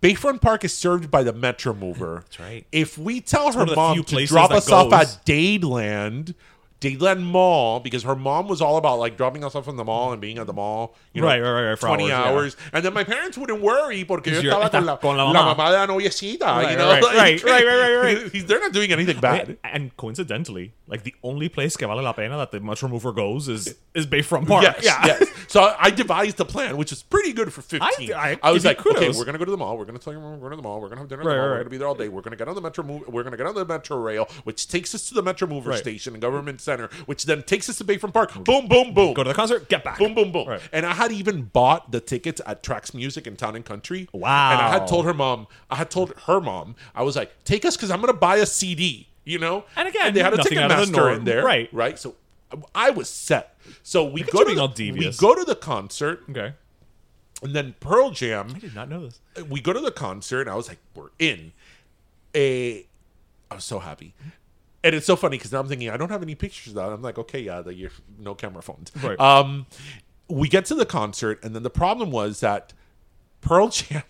D: Bayfront Park is served by the Metro Mover. That's
C: right.
D: If we tell
C: one of
D: her
C: the few
D: mom to
C: places
D: drop
C: that
D: us off
C: goes.
D: at Dadeland, Dadeland Mall, because her mom was all about like dropping us off in the mall and being at the mall, you know,
C: Right, right, right, right, for
D: 20
C: hours,
D: hours. And then my parents wouldn't worry porque yo
C: you're-
D: estaba con la,
C: con la
D: la
C: mamá.
D: mamá de la noviecita,
C: Right,
D: you know?
C: right, right, right, right, right,
D: right. They're not doing anything bad.
C: And coincidentally, like the only place que vale la pena that the mushroom mover goes is is Bayfront Park.
D: Yes, yes. So I devised a plan, which is pretty good for 15.
C: I- I
D: was
C: give you
D: like, okay,
C: kudos.
D: we're going to go to the mall. We're going to tell your mom we're going to the mall. We're going to have dinner at
C: Right,
D: the
C: right,
D: mall. We're
C: right.
D: going to be there all day. We're going to get on the metro. Mo- We're going to get on the metro rail, which takes us to the Metro Mover
C: Right.
D: Station and Government Center, which then takes us to Bayfront Park. Boom, boom, boom.
C: Go to the concert, get back.
D: Boom, boom, boom.
C: Right.
D: And I had even bought the tickets at Trax Music in Town and Country.
C: Wow.
D: And I had told her mom, I had told her mom, I was like, take us because I'm going to buy a CD, you know?
C: And again,
D: they had a
C: nothing out of the
D: Ticketmaster
C: norm.
D: in there.
C: Right.
D: Right. So I was set. So we
C: at
D: go
C: you
D: to
C: being all
D: the, we
C: devious.
D: go to the concert
C: Okay.
D: and then Pearl
C: I
D: Jam.
C: did not know this.
D: We go to the concert and I was like, we're in. A, I was so happy. And it's so funny because now I'm thinking I don't have any pictures of that. I'm like, okay, yeah, that you're no camera phones.
C: Right.
D: Um, we get to the concert, and then the problem was that Pearl Jam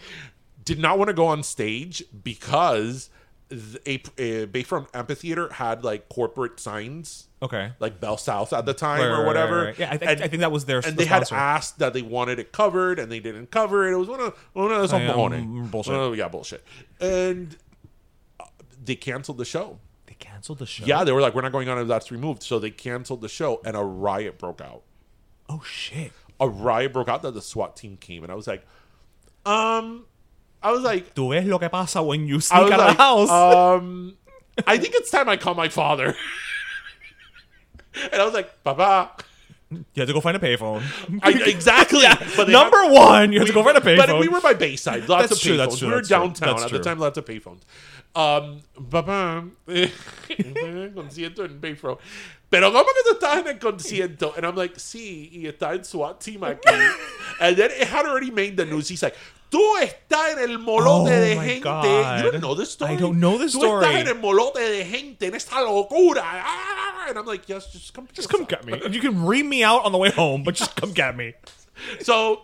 D: did not want to go on stage because the, a, a Bayfront Amphitheater had like corporate signs
C: Okay.
D: like Bell South at the time
C: Right, right,
D: or
C: right,
D: whatever.
C: right, right. Yeah, I think- I think that was their-
D: And
C: the
D: they had
C: sponsor.
D: asked that they wanted it covered, and they didn't cover it. It was one of one of those
C: yeah,
D: mojones.
C: mm, bullshit.
D: One of- yeah, bullshit. And uh, they canceled the show.
C: They canceled the show.
D: Yeah, they were like, "We're not going on if that's removed." So they canceled the show, and a riot broke out.
C: Oh shit.
D: A riot broke out that the SWAT team came, and I was like, um, I was like,
C: Tú ves lo que pasa when you
D: I
C: sneak
D: was
C: out
D: like,
C: of the house.
D: Um, I think it's time I call my father. and I was like, Papa.
C: you had to go find a payphone.
D: I, exactly. But they
C: Number
D: had-
C: one, you had to go find a payphone.
D: But we were by Bayside. Lots
C: That's
D: of
C: true,
D: payphones.
C: that's true,
D: we were
C: that's true,
D: downtown
C: that's
D: at
C: true.
D: the time. Lots of payphones. Um, papá, eh, concierto en Bayfront. Pero cómo que tú estás en el concierto? And I'm like, sí, y está en SWAT team aquí. and then it had already made the news. He's like, tú estás en el molote
C: Oh
D: de
C: my
D: gente.
C: God.
D: You don't know this story.
C: I don't know this
D: tú
C: story.
D: estás en el molote de gente, en esta locura. Ah, And I'm like, yes, just come,
C: just come get me. You can ream me out on the way home, but just come get me.
D: So.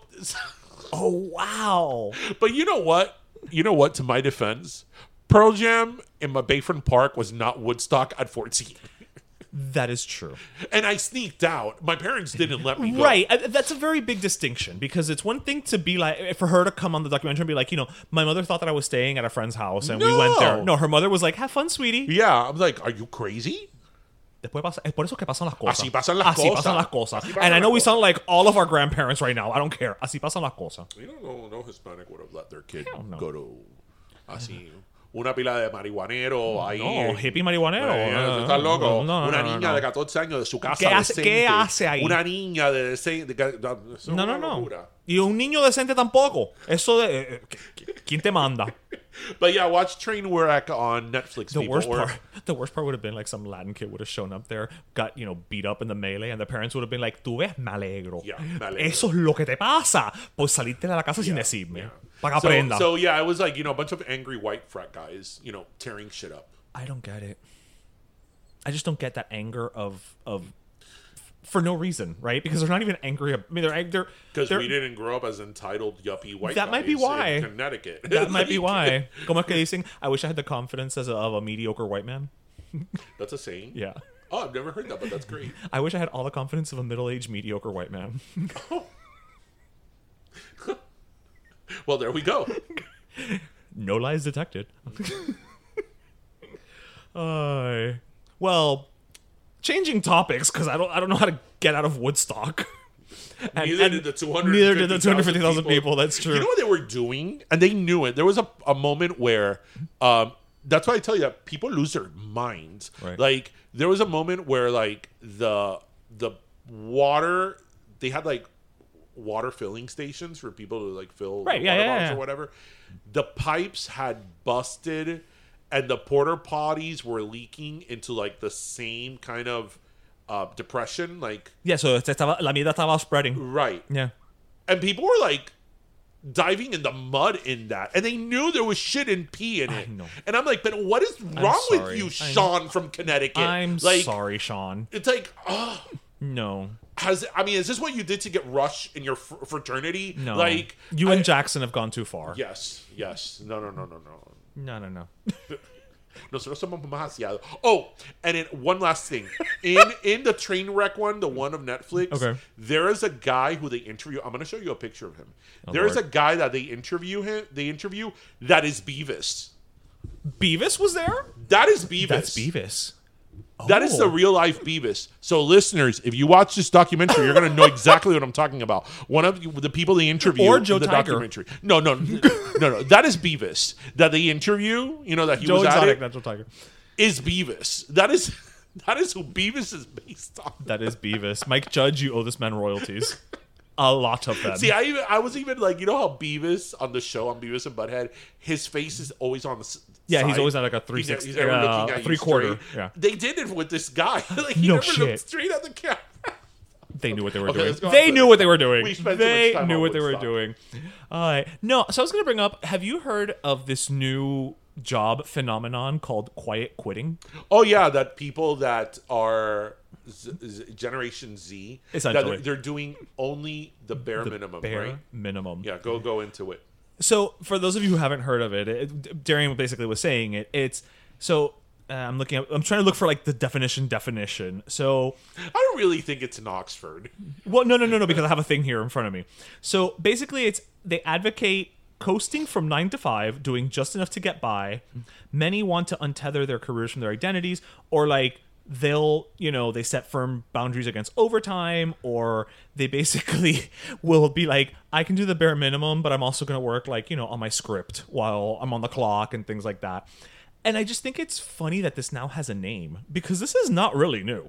C: Oh wow.
D: But you know what? You know what? To my defense, Pearl Jam in my Bayfront Park was not Woodstock at 14.
C: That is true.
D: and I sneaked out. My parents didn't let me go.
C: Right. I- That's a very big distinction because it's one thing to be like, eh, for her to come on the documentary and be like, you know, my mother thought that I was staying at a friend's house and we went there.
D: No.
C: No, her mother was like, have fun, sweetie.
D: Yeah, I'm like, are you crazy?
C: Después pasa, es por eso que pasan las cosas.
D: Así pasan las
C: Así
D: cosas.
C: pasan las cosas.
D: Así pasan
C: and I know
D: las
C: we
D: cosas.
C: sound like all of our grandparents right now. I don't care. Así pasan las cosas.
D: You don't know, no Hispanic would have let their kid
C: Hell no.
D: go to así una pila de marihuanero ahí.
C: No,
D: en-
C: Oh, hippie marihuanero.
D: Eh,
C: No,
D: tú estás
C: no,
D: loco.
C: no, no,
D: una
C: no, no,
D: niña
C: no.
D: de 14 años de su casa.
C: ¿Qué hace-
D: decente.
C: qué hace ahí?
D: Una niña de. dece- de, de- de- es
C: No,
D: una
C: no, no.
D: locura.
C: Y un niño decente tampoco. Eso de. eh, eh, ¿Quién te manda?
D: But yeah, watch Train Wreck on Netflix.
C: The
D: people,
C: worst
D: or-
C: part. The worst part would have been like some Latin kid would have shown up there, got you know beat up in the melee, and the parents would have been like, "Tú ves, me alegro.
D: Yeah, me alegro.
C: Eso es lo que te pasa por salirte de la casa sin decirme. Para que
D: So,
C: aprenda."
D: so yeah, it was like, you know, a bunch of angry white frat guys, you know, tearing shit up.
C: I don't get it. I just don't get that anger of of for no reason, right? Because they're not even angry. ab- I mean, they're they're
D: Because
C: they're-
D: we didn't grow up as entitled yuppie white
C: That might be
D: guys
C: why.
D: in Connecticut.
C: That might be
D: Like,
C: why. Como es que dicen, I wish I had the confidence as a, of a mediocre white man.
D: That's a saying.
C: Yeah.
D: Oh, I've never heard that, but that's great.
C: I wish I had all the confidence of a middle-aged mediocre white man.
D: Well, there we go.
C: no lies detected. Ay. well, changing topics because I don't I don't know how to get out of Woodstock. And-
D: neither
C: and
D: did the 250,000
C: neither did the 250,000 people. That's true.
D: You know what they were doing? And they knew it. There was a, a moment where, um, that's why I tell you that people lose their minds.
C: Right.
D: Like, there was a moment where, like, the the water, they had, like, water filling stations for people to, like, fill
C: Right,
D: their
C: yeah,
D: water
C: yeah,
D: bottles
C: yeah.
D: or whatever. The pipes had busted and the porter potties were leaking into, like, the same kind of uh, depression. Like,
C: yeah, so este estaba, la mierda estaba spreading.
D: right
C: Yeah.
D: and people were like diving in the mud in that and they knew there was shit and pee in it
C: know.
D: and i'm like but what is wrong with
C: sorry.
D: you
C: I'm-
D: sean from connecticut
C: I'm
D: like
C: sorry, Sean.
D: it's like oh
C: No.
D: has i mean is this what you did to get rush in your fr- fraternity
C: No.
D: like
C: you
D: I-
C: and Jackson have gone too far.
D: yes yes no no no no no
C: No, no, no.
D: Nosotros somos más hacia- Oh, and in, one last thing. In in the train wreck one, the one of Netflix,
C: Okay.
D: there is a guy who they interview. I'm gonna show you a picture of him. there is
C: Oh, Lord.
D: a guy that they interview him they interview that is Beavis.
C: Beavis was there?
D: That is Beavis.
C: That's Beavis.
D: That is the
C: Oh.
D: real life Beavis. So listeners, if you watch this documentary, you're gonna know exactly what I'm talking about. One of the- the people they interview
C: Or Joe
D: in the
C: Tiger.
D: documentary. No, no, no, no. That is Beavis that they interview. You know that he
C: Joe
D: was at
C: Exotic,
D: it.
C: Natural Tiger.
D: is Beavis. That is that is who Beavis is based on.
C: That is Beavis. Mike Judge, you owe this man royalties. A lot of them.
D: See, I even I was even like, you know how Beavis on the show on Beavis and Butthead, his face is always on the s-
C: Yeah, he's
D: side.
C: always at like a three
D: He's-
C: sixty-
D: he's never
C: uh,
D: looking at you
C: three quarter,
D: straight.
C: yeah.
D: they did it with this guy. like he
C: No
D: never
C: shit.
D: looked straight at the camera.
C: They knew what they were
D: Okay, let's
C: doing.
D: go on
C: They
D: to-
C: knew what they were doing.
D: We spent too
C: they
D: much time
C: knew
D: on
C: what they were
D: Woodstock.
C: doing. All right. No, so I was going to bring up have you heard of this new job phenomenon called quiet quitting?
D: Oh yeah, that people that are Z- Z- Generation Z, that
C: Essentially.
D: they're doing only the bare minimum,
C: Bare
D: right?
C: minimum.
D: Yeah, go go into it.
C: So, for those of you who haven't heard of it, it Darian basically was saying it. It's so uh, I'm looking at, I'm trying to look for like the definition definition. So,
D: I don't really think it's in Oxford.
C: Well, no, no, no, no, because I have a thing here in front of me. So basically, it's they advocate coasting from nine to five, doing just enough to get by. Many want to untether their careers from their identities, or like they'll, you know, they set firm boundaries against overtime, or they basically will be like, I can do the bare minimum, but I'm also going to work like, you know, on my script while I'm on the clock and things like that. And I just think it's funny that this now has a name because this is not really new.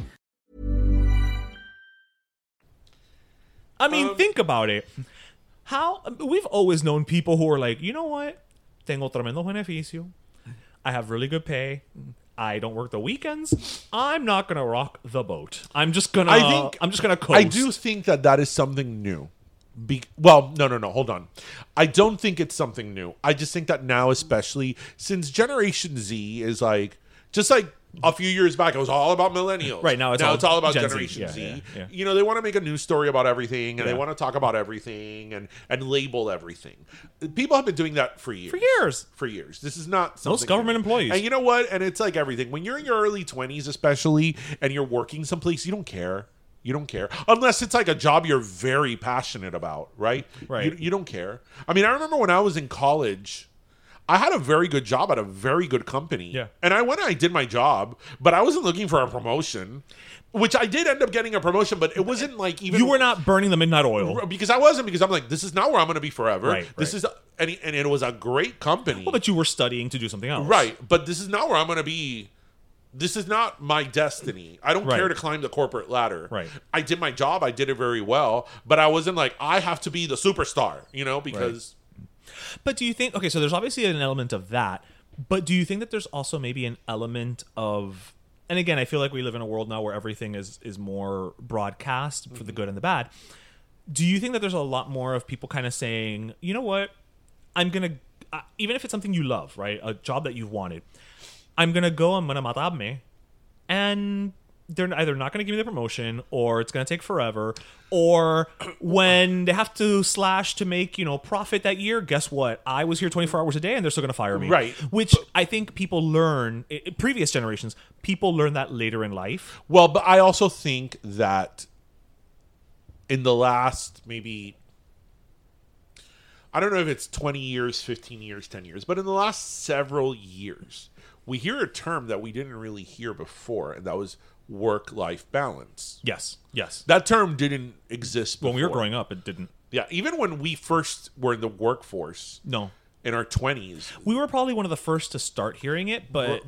C: I mean,
D: Um,
C: think about it. How we've always known people who are like, you know what? Tengo tremendo beneficio. I have really good pay. I don't work the weekends. I'm not gonna rock the boat. I'm just gonna.
D: I think
C: I'm just gonna coast.
D: I do think that that is something new. Be- well, no, no, no. Hold on. I don't think it's something new. I just think that now, especially since Generation Z is like, just like a few years back, it was all about millennials.
C: Right, now it's
D: now
C: all
D: it's all about
C: Gen Z.
D: Generation
C: Yeah,
D: Z.
C: yeah, yeah.
D: You know, they want to make a news story about everything, and they
C: Yeah.
D: want to talk about everything, and and label everything. People have been doing that for years
C: for years.
D: for years. This is not something
C: Those government employees.
D: And you know what? And it's like everything. When you're in your early 20s, especially, and you're working someplace, you don't care. You don't care unless it's like a job you're very passionate about, right?
C: Right.
D: You, you don't care. I mean, I remember when I was in college, I had a very good job at a very good company.
C: Yeah.
D: And I went and I did my job, but I wasn't looking for a promotion, which I did end up getting a promotion, but it wasn't like even
C: You were not burning the midnight oil.
D: because I wasn't because I'm like this is not where I'm going to be forever.
C: Right,
D: This
C: right.
D: is and, it- and it was a great company.
C: Well, but you were studying to do something else.
D: Right, but this is not where I'm going to be. This is not my destiny. I don't
C: Right.
D: care to climb the corporate ladder.
C: Right.
D: I did my job. I did it very well, but I wasn't like I have to be the superstar, you know, because
C: But do you think okay, so there's obviously an element of that, but do you think that there's also maybe an element of and again, I feel like we live in a world now where everything is is more broadcast for
D: Mm-hmm.
C: the good and the bad. Do you think that there's a lot more of people kind of saying, "You know what? I'm going to uh, even if it's something you love, right? A job that you've wanted. I'm going to go, I'm going to matarme and they're either not going to give me the promotion or it's going to take forever or when they have to slash to make you know profit that year guess what i was here 24 hours a day and they're still going to fire me
D: Right.
C: which i think people learn i- i- previous generations people learn that later in life
D: well, but I also think that in the last maybe I don't know if it's 20 years, 15 years, 10 years, but in the last several years, we hear a term that we didn't really hear before, and that was work-life balance.
C: yes yes
D: That term didn't exist before.
C: when we were growing up it didn't
D: Yeah, even when we first were in the workforce
C: no
D: in our 20s,
C: we were probably one of the first to start hearing it but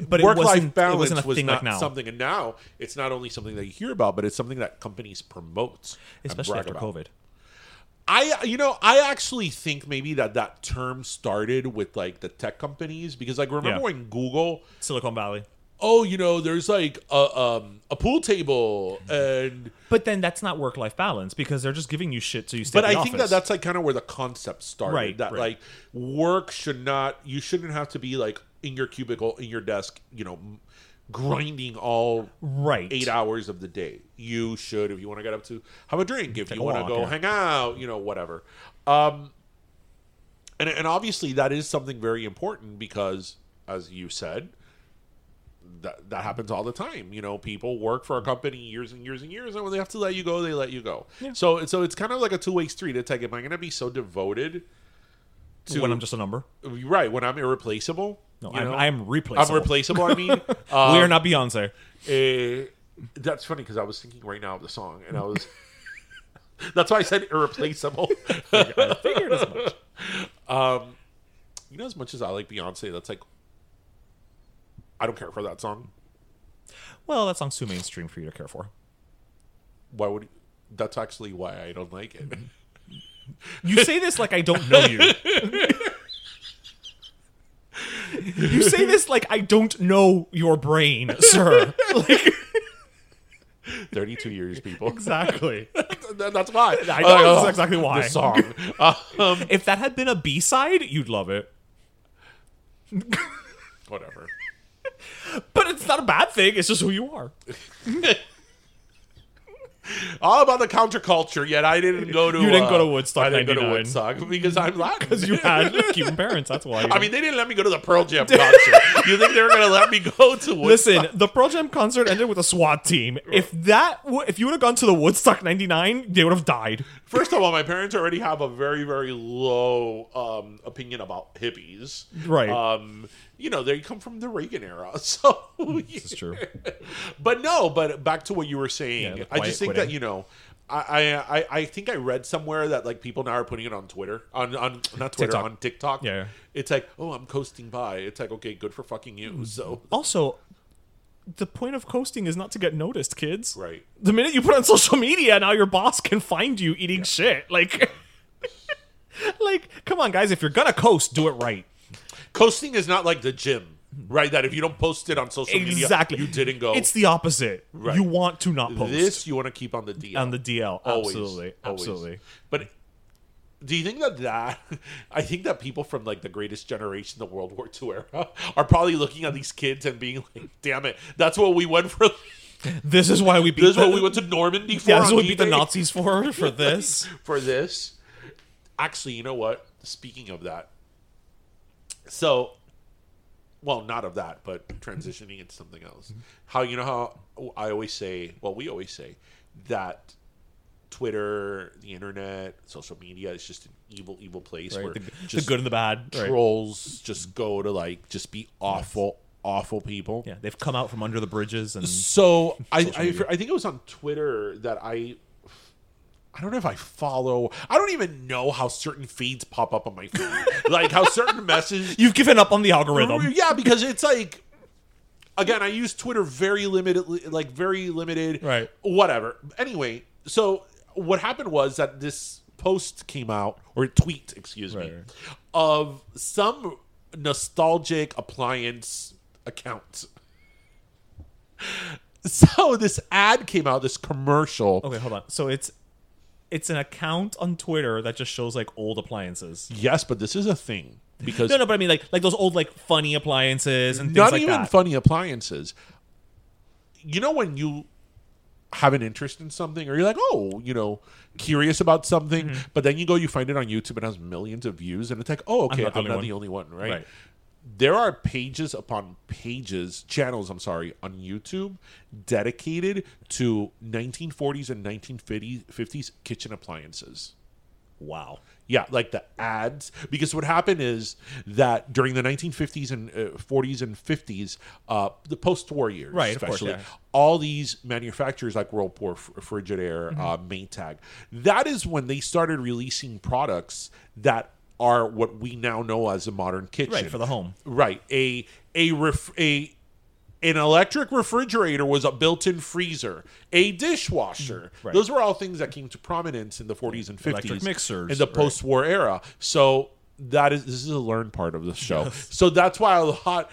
C: but it
D: work life
C: wasn't,
D: balance
C: it wasn't a
D: was
C: thing
D: not
C: like now
D: something. And now it's not only something that you hear about, but it's something that companies promote. and
C: especially
D: brag
C: after
D: about.
C: covid
D: I, you know, I actually think maybe that that term started with like the tech companies because, like, remember
C: Yeah.
D: when Google,
C: silicon valley
D: oh, you know, there's like a, um, a pool table and.
C: but then that's not work life balance because they're just giving you shit so you stay
D: but
C: at the
D: I think that
C: office.
D: that's like kind of where the concept started.
C: Right,
D: that
C: right.
D: like work should not, you shouldn't have to be like in your cubicle, in your desk, you know, m- grinding all
C: right
D: eight hours of the day. You should, if you want to get up to, have a drink. If
C: Take
D: you
C: a
D: want to
C: walk,
D: go
C: yeah.
D: hang out, you know, whatever. Um, and and obviously that is something very important because, as you said. That, that happens all the time. You know, people work for a company years and years and years, and when they have to let you go, they let you go. So, so it's kind of like a two way street. It's like, am I going to be so devoted to
C: when I'm just a number.
D: right when I'm irreplaceable?
C: No,
D: you
C: I'm,
D: know?
C: I'm replaceable.
D: I'm replaceable. I mean,
C: we are
D: Um,
C: not Beyonce.
D: Eh, that's funny because I was thinking right now of the song, and I was. that's why I said irreplaceable. Um,
C: I figured as much.
D: you know, as much as I like Beyonce, that's like. I don't care for that song.
C: Well, that song's too mainstream for you to care for.
D: Why would? That's actually why I don't like it.
C: You say this like I don't know you. you say this like I don't know your brain, sir. Like,
D: 32 years, people.
C: Exactly.
D: That- That's why.
C: I know,
D: Like,
C: that's
D: oh,
C: exactly why.
D: The song. Um,
C: if that had been a B side, you'd love it.
D: whatever.
C: But it's not a bad thing. It's just who you are.
D: All about the counterculture, yet I didn't go to
C: You didn't
D: uh,
C: go to Woodstock
D: I didn't go to
C: 99.
D: Woodstock because I'm Latin.
C: Because you had Cuban parents. That's why. you
D: I
C: don't-
D: mean, they didn't let me go to the Pearl Jam concert. you think they were going to let me go to Woodstock?
C: listen, the Pearl Jam concert ended with a SWAT team. If that, w- if you would have gone to the Woodstock '99, they would have died.
D: First of all, my parents already have a very, very low um, opinion about hippies.
C: Right.
D: Um, you know, they come from the Reagan era. So
C: Hmm, This is true.
D: but no, but back to what you were saying,
C: Yeah, the
D: I
C: quiet
D: just think
C: quitting.
D: that you know, I, I I I think I read somewhere that like people now are putting it on Twitter, on on not Twitter,
C: TikTok.
D: on TikTok.
C: Yeah.
D: it's like, oh, I'm coasting by. It's like, okay, good for fucking
C: Hmm.
D: you. So
C: Also, the point of coasting is not to get noticed, kids.
D: right,
C: The minute you put on social media, now your boss can find you eating shit. Like, like, come on, guys. If you're gonna coast, do it right.
D: coasting is not like the gym, right? That if you don't post it on social
C: Exactly.
D: media, you didn't go.
C: It's the opposite.
D: Right.
C: You want to not post
D: this you want to keep on the DL.
C: on the DL.
D: Always.
C: Absolutely,
D: Always.
C: absolutely.
D: But do you think that that I think that people from like the greatest generation, the World War II era, are probably looking at these kids and being like, "Damn it, that's what we went for.
C: This is why we beat.
D: This is
C: the-
D: what we went to Normandy for.
C: Yeah, this is
D: on E
C: what we beat the
D: D-Day
C: Nazis for for this.
D: for this." Actually, you know what? Speaking of that, so well, not of that, but transitioning into something else.
C: Mm-hmm.
D: How you know how I always say, well, we always say that Twitter, the internet, social media is just an evil, evil place
C: Right,
D: where
C: the, the
D: just
C: good and the bad. Right.
D: trolls just go to like just be awful, awful people.
C: Yeah, they've come out from under the bridges and
D: So I, I, I think it was on Twitter that I. I don't know if I follow. I don't even know how certain feeds pop up on my feed, like how certain messages
C: you've given up on the algorithm.
D: yeah, because it's like again, I use Twitter very limited, like very limited,
C: Right.
D: Whatever. Anyway, so what happened was that this post came out or tweet, excuse me,
C: Right.
D: of some nostalgic appliance account. So this ad came out, this commercial.
C: Okay, hold on. So it's it's an account on Twitter that just shows like old appliances.
D: Yes, but this is a thing because
C: No, no, but I mean like like those old like funny appliances and things
D: not
C: like
D: even
C: that.
D: funny appliances. You know when you have an interest in something, or you're like, oh, you know, curious about something,
C: Mm-hmm.
D: but then you go, you find it on YouTube, and it has millions of views, and it's like, oh, okay,
C: not
D: I'm not,
C: the
D: the,
C: only
D: only
C: one.
D: one, right?
C: Right.
D: There are pages upon pages, channels, I'm sorry, on YouTube dedicated to 1940s and 1950s kitchen appliances.
C: Wow.
D: Yeah, like the ads. Because what happened is that during the 1950s and uh, 40s and 50s, uh, the post-war years,
C: Right, of course,
D: especially,
C: yeah.
D: all these manufacturers like Whirlpool, F- Frigidaire,
C: Mm-hmm.
D: uh, Maytag, that is when they started releasing products that are what we now know as a modern kitchen,
C: Right, for the home.
D: right? A a ref, a an electric refrigerator was a built-in freezer, a dishwasher. Those were all things that came to prominence in the 40s and 50s
C: Mm, Electric mixers,
D: in the
C: right.
D: post-war era. So that is this is a learned part of the show. So that's why a lot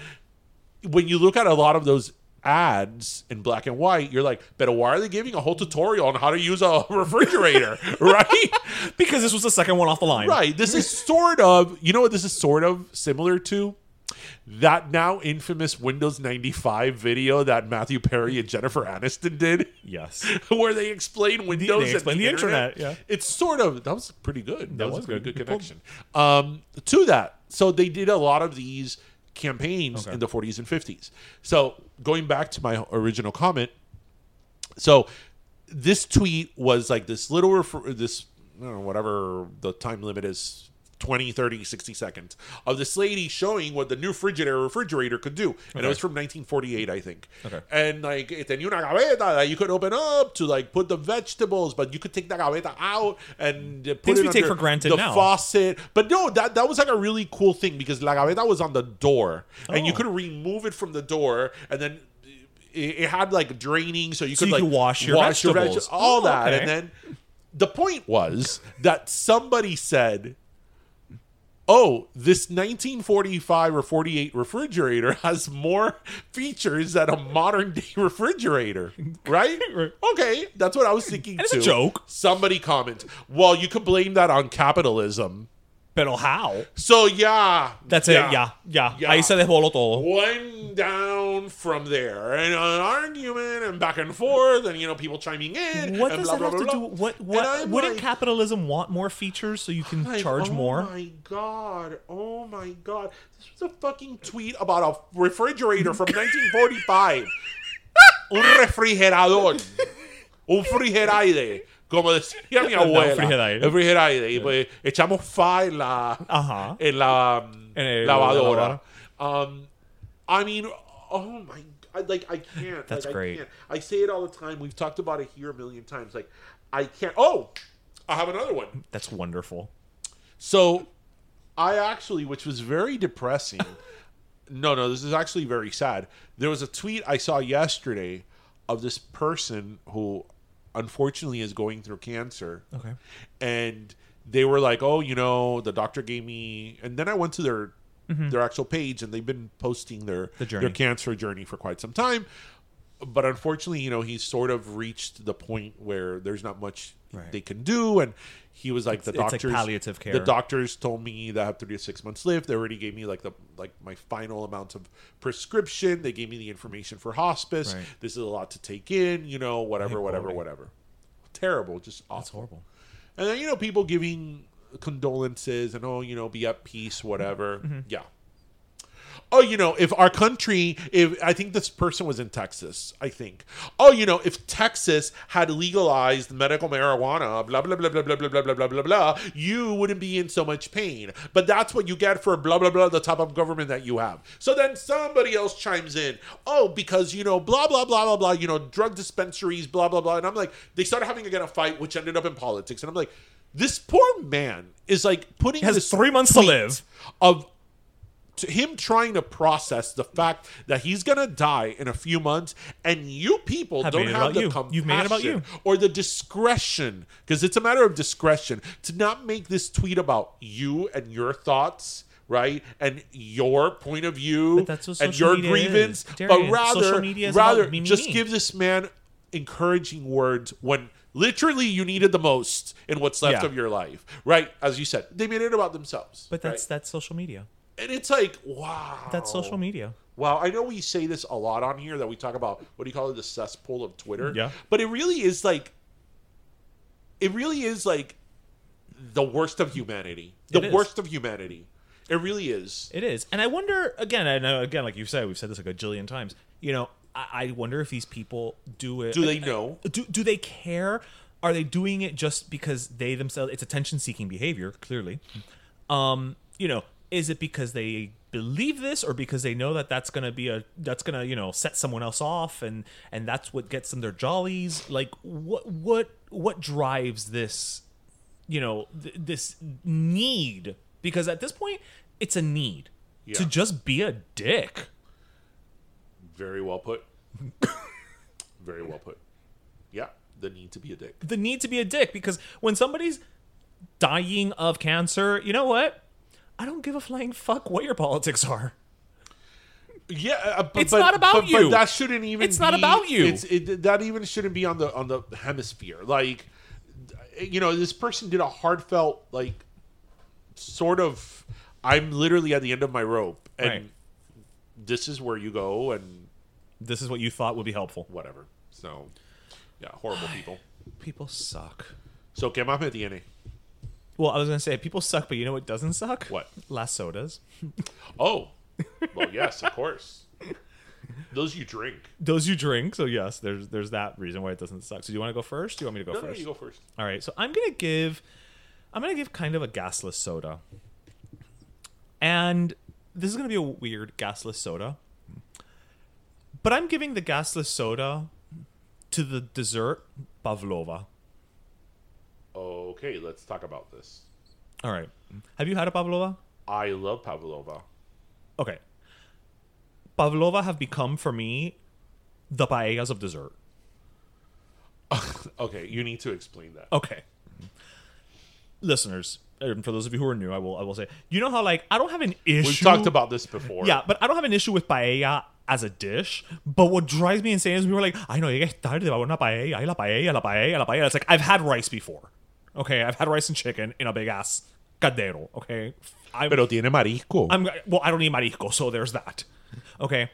D: when you look at a lot of those ads in black and white, you're like, but why are they giving a whole tutorial on how to use a refrigerator, right?
C: Because this was the second one off the line.
D: Right. This is sort of, you know what this is sort of similar to? That now infamous Windows 95 video that Matthew Perry and Jennifer Aniston did,
C: Yes.
D: where they explain Windows
C: they explain
D: and the,
C: the
D: internet.
C: internet, yeah.
D: It's sort of, that was pretty good. That, was,
C: was
D: a pretty
C: good.
D: good
C: You pulled-
D: connection. Um, to that, so they did a lot of these campaigns in the 40s and 50s. So going back to my original comment, so this tweet was like this little refer- this I don't know, whatever the time limit is 20 30 60 seconds of this lady showing what the new Frigidaire refrigerator could do and it was from 1948 I think okay. and like it tenía una gaveta that you could open up to like put the vegetables but you could take that gaveta out and uh, put
C: Things
D: it
C: we take
D: under
C: for granted
D: the
C: now.
D: faucet but no that that was like a really cool thing because la gaveta was on the door and you
C: Oh.
D: could remove it from the door and then it, it had like draining so you
C: So
D: could
C: you
D: like
C: could wash your
D: veg-
C: vegetables.
D: all
C: Oh,
D: that,
C: okay.
D: and then the point was that somebody said, oh, this 1945 or 48 refrigerator has more features than a modern day refrigerator, right? Okay, that's what I was thinking.
C: it's a
D: too.
C: joke.
D: Somebody comment. Well, you could blame that on capitalism.
C: Pero how?
D: So yeah,
C: That's it. Yeah, yeah.
D: Yeah.
C: Ahí se desvoló todo.
D: One down from there, and an argument, and back and forth, and you know people chiming in.
C: What
D: and
C: does
D: blah,
C: that
D: blah,
C: have to
D: blah,
C: do?
D: blah.
C: What?
D: And
C: What?
D: I'm
C: Wouldn't
D: like,
C: capitalism want more features so you can
D: like,
C: charge
D: oh
C: more?
D: my god! Oh my god! This was a fucking tweet about a refrigerator from 1945. Un refrigerador, un frigeraire, como decía mi abuela.
C: frigeraire.
D: El frigeraire. Y pues echamos fa en la,
C: Ajá.
D: en la um,
C: En el-
D: lavadora. Um, I mean, oh my god! Like I can't.
C: That's
D: like,
C: great.
D: I, can't. I say it all the time. We've talked about it here a million times. Like I can't. Oh, I have another one.
C: That's wonderful.
D: So I actually, which was very depressing. no, no, this is actually very sad. There was a tweet I saw yesterday of this person who unfortunately is going through cancer.
C: Okay.
D: And they were like, "Oh, you know, the doctor gave me." And then I went to their their actual page and they've been posting their
C: Mm-hmm. The journey.
D: their cancer journey for quite some time. But unfortunately, you know, he's sort of reached the point where there's not much
C: Right.
D: they can do and he was like the
C: It's- it's like
D: doctors
C: palliative care.
D: the doctors told me that I have three to six months left. They already gave me like the like my final amount of prescription. They gave me the information for hospice.
C: Right.
D: This is a lot to take in. You know, whatever, whatever,
C: boy.
D: whatever. Terrible, just awful.
C: That's horrible.
D: And then you know people giving condolences and oh you know be at peace whatever. Yeah. Oh, you know, if our country, if I think this person was in Texas, I think. Oh, you know, if Texas had legalized medical marijuana, blah blah blah blah blah blah blah blah blah blah blah, you wouldn't be in so much pain. But that's what you get for blah blah blah the type of government that you have. So then somebody else chimes in. Oh, because you know, blah blah blah blah blah, you know, drug dispensaries, blah blah blah. And I'm like, they started having again a fight, which ended up in politics. And I'm like, this poor man is like putting
C: He has
D: this
C: three months to live.
D: of to him trying to process the fact that he's gonna die in a few months, and you people
C: Have
D: don't
C: made it
D: have
C: about
D: the
C: you.
D: compassion
C: You've made it about you.
D: or the discretion, because it's a matter of discretion to not make this tweet about you and your thoughts. Right and your point of view
C: But that's what
D: and
C: social
D: your
C: media
D: grievance,
C: is,
D: but
C: Darian. Social
D: rather,
C: media is
D: rather
C: about me, me,
D: just
C: me.
D: give this man encouraging words when literally you needed the most in what's left
C: Yeah.
D: of your life. Right, as you said, they made it about themselves.
C: But
D: right?
C: that's that's social media.
D: And it's like, wow.
C: That's social media.
D: Wow. I know we say this a lot on here that we talk about, what do you call it, the cesspool of Twitter?
C: Yeah.
D: But it really is like, it really is like the worst of humanity. The
C: It is.
D: worst of humanity. It really is.
C: It is, and I wonder again. I know again, like you said, we've said this like a jillion times. You know, I, I wonder if these people do it.
D: Do they know?
C: Do do they care? Are they doing it just because they themselves? It's attention seeking behavior, clearly. Um, you know, is it because they believe this, or because they know that that's gonna be a that's gonna you know set someone else off, and and that's what gets them their jollies? Like what what what drives this you know th- this need because at this point it's a need to
D: Yeah.
C: just be a dick
D: Very well put. Very well put. Yeah. The need to be a dick.
C: the need to be a dick because when somebody's dying of cancer you know what i don't give a flying fuck what your politics are
D: Yeah, uh, but,
C: It's
D: but-
C: not about
D: but-
C: you.
D: But that shouldn't even.
C: It's not
D: be-
C: about you.
D: It's, it, that even shouldn't be on the on the hemisphere. Like, you know, this person did a heartfelt like, sort of. I'm literally at the end of my rope, and
C: Right.
D: this is where you go, and
C: this is what you thought would be helpful
D: whatever. So, yeah, horrible people.
C: people suck
D: So, ¿qué más me tiene?
C: well i was gonna say people suck but you know what doesn't suck
D: What?
C: last sodas
D: Oh, well, yes, of course. Those you drink.
C: those you drink so yes there's there's that reason why it doesn't suck so do you want to go first do you want me to go
D: No,
C: first
D: no, you go first.
C: All right, so I'm gonna give, I'm gonna give kind of a gasless soda, and this is gonna be a weird gasless soda, but I'm giving the gasless soda to the dessert pavlova.
D: Okay, let's talk about this.
C: All right, have you had a pavlova?
D: I love Pavlova.
C: Okay, pavlova have become for me the paellas of dessert.
D: Okay, you need to explain that.
C: Okay. listeners, and for those of you who are new, I will I will say, you know how like I don't have an issue.
D: We've talked about this before.
C: Yeah, but I don't have an issue with paella as a dish. But what drives me insane is we were like, I know you guys tired about una paella, ay, la paella, la paella, la paella. It's like I've had rice before. Okay, I've had rice and chicken in a big ass cadero. Okay, I'm,
D: Pero tiene marisco.
C: I'm well. I don't eat marisco, so there's that. Okay.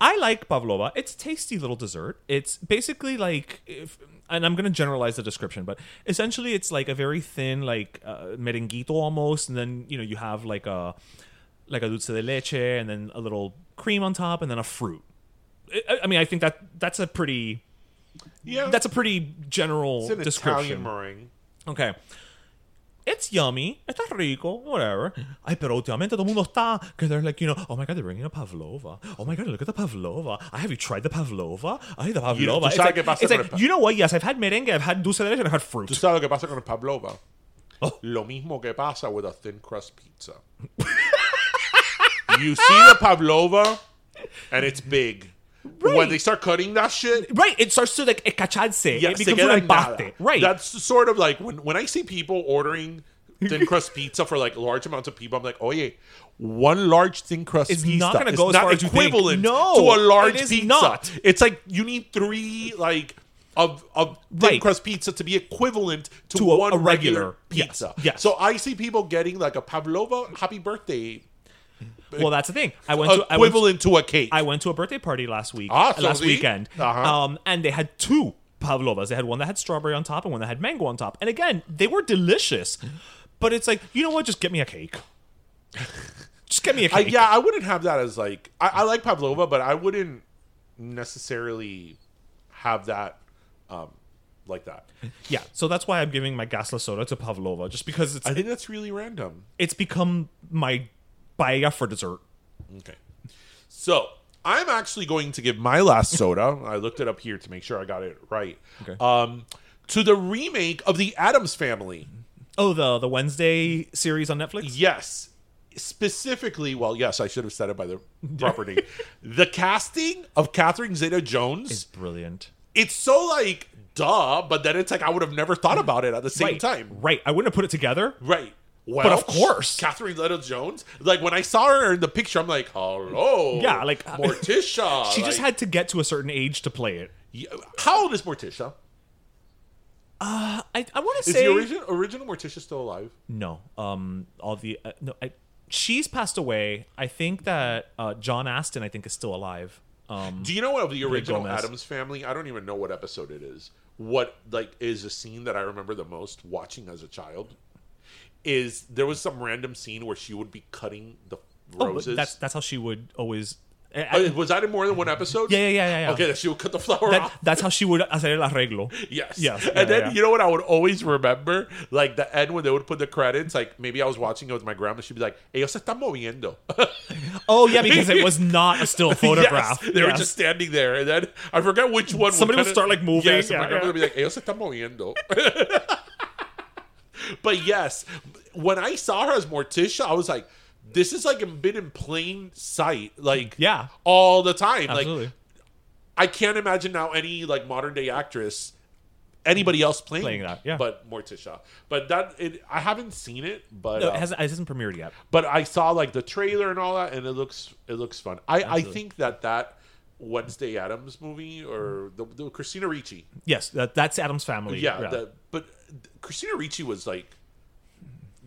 C: I like pavlova. It's a tasty little dessert. It's basically like, if, and I'm gonna generalize the description, but essentially it's like a very thin like uh, merenguito almost, and then you know you have like a like a dulce de leche, and then a little cream on top, and then a fruit. I, I mean, I think that that's a pretty
D: yeah,
C: that's a pretty general
D: it's an
C: description.
D: Italian meringue.
C: Okay. It's yummy. Está rico. Whatever. Ay, pero últimamente todo el mundo está. Because they're like, you know, oh my god, they're bringing a pavlova. Oh my god, look at the pavlova. I have you tried the pavlova? Ay, the pavlova.
D: You know, tú
C: it's
D: sabes
C: like,
D: qué pasa
C: it's
D: con
C: like,
D: el pa-
C: you know what? Yes, I've had merengue, I've had dulce de leche, and I've had fruit.
D: ¿Tú sabes lo que pasa con el pavlova?
C: Oh.
D: Lo mismo que pasa with a thin crust pizza. you see the pavlova, and it's big. When they start cutting that shit,
C: right. It starts to like cacharse.
D: yeah,
C: it
D: se
C: becomes
D: queda
C: an
D: en nada.
C: embate. Right.
D: That's sort of like when when I see people ordering thin crust pizza for like large amounts of people, I'm like, oye, one large thin crust
C: It's
D: pizza
C: not gonna
D: is
C: go as
D: not
C: far as you think.
D: equivalent
C: No,
D: to a large
C: it is
D: pizza.
C: not.
D: It's like you need three like. Of, of thin
C: Right.
D: crust pizza to be equivalent to,
C: To a-
D: one
C: a regular. Yes,
D: pizza.
C: yes.
D: So I see people getting like a pavlova happy birthday
C: well, that's the thing. I went to I went to-
D: equivalent to a cake.
C: I went to a birthday party last week,
D: Ah, so
C: last
D: see?
C: weekend,
D: Uh-huh.
C: um, and they had two pavlovas. They had one that had strawberry on top and one that had mango on top. And again, they were delicious. But it's like, you know what? Just get me a cake. Just get me a
D: I,
C: cake.
D: yeah, I wouldn't have that as like I, I like pavlova, but I wouldn't necessarily have that um like that.
C: yeah. So that's why I'm giving my gasla soda to pavlova, just because it's
D: I think that's really random.
C: it's become my paella for dessert.
D: Okay, so I'm actually going to give my last soda. I looked it up here to make sure I got it right.
C: Okay.
D: Um, to the remake of the Adams Family.
C: Oh, the the Wednesday series on Netflix.
D: Yes. Specifically, well, yes, I should have said it by the proper name. The casting of Catherine Zeta Jones
C: It's brilliant.
D: it's so like duh, but then it's like I would have never thought about it at the same
C: right.
D: time.
C: Right. I wouldn't have put it together.
D: Right. Well,
C: of course.
D: Catherine Little Jones. Like when I saw her in the picture, I'm like, hello,
C: Yeah, like, uh,
D: Morticia.
C: She just
D: like-
C: had to get to a certain age to play it.
D: Yeah, How old is Morticia?
C: I, I want to
D: Is
C: say
D: the original original Morticia still alive?
C: No. Um. All the uh, no. I, she's passed away. I think that uh, John Aston. I think is still alive. Um.
D: Do you know what of the original
C: Gomez.
D: Adams Family? I don't even know what episode it is. What like is a scene that I remember the most watching as a child? Is there was some random scene where she would be cutting the
C: oh,
D: roses?
C: that's that's how she would always. I- I-
D: Uh, was that in more than one episode?
C: Yeah, yeah, yeah, yeah, yeah.
D: Okay, that she would cut the flower
C: that,
D: off.
C: that's how she would hacer el arreglo.
D: Yes.
C: Yes.
D: And
C: Yeah,
D: then
C: yeah.
D: you know what I would always remember, like the end when they would put the credits. Like maybe I was watching it with my grandma. She'd be like, "Ellos se están moviendo."
C: Oh yeah, because it was not a still photograph.
D: Yes, they were
C: Yes.
D: just standing there, and then I forget which one.
C: Somebody would
D: kinda-
C: start, like, moving.
D: Yes, and
C: Yeah,
D: my grandma
C: yeah.
D: would be like, "Ellos se están moviendo." but yes, when I saw her as Morticia, I was like, "This is like been in plain sight, like
C: Yeah.
D: all the time."
C: absolutely.
D: Like I can't imagine now any like modern day actress, anybody else playing,
C: Playing that, yeah.
D: But Morticia, but that it, I haven't seen it, but
C: no,
D: uh,
C: it hasn't, it hasn't premiered yet.
D: but I saw like the trailer and all that, and it looks it looks fun. I I think that that Wednesday Adams movie or the, the Christina Ricci,
C: Yes, that, that's Adam's family.
D: yeah, the- but Christina Ricci was like.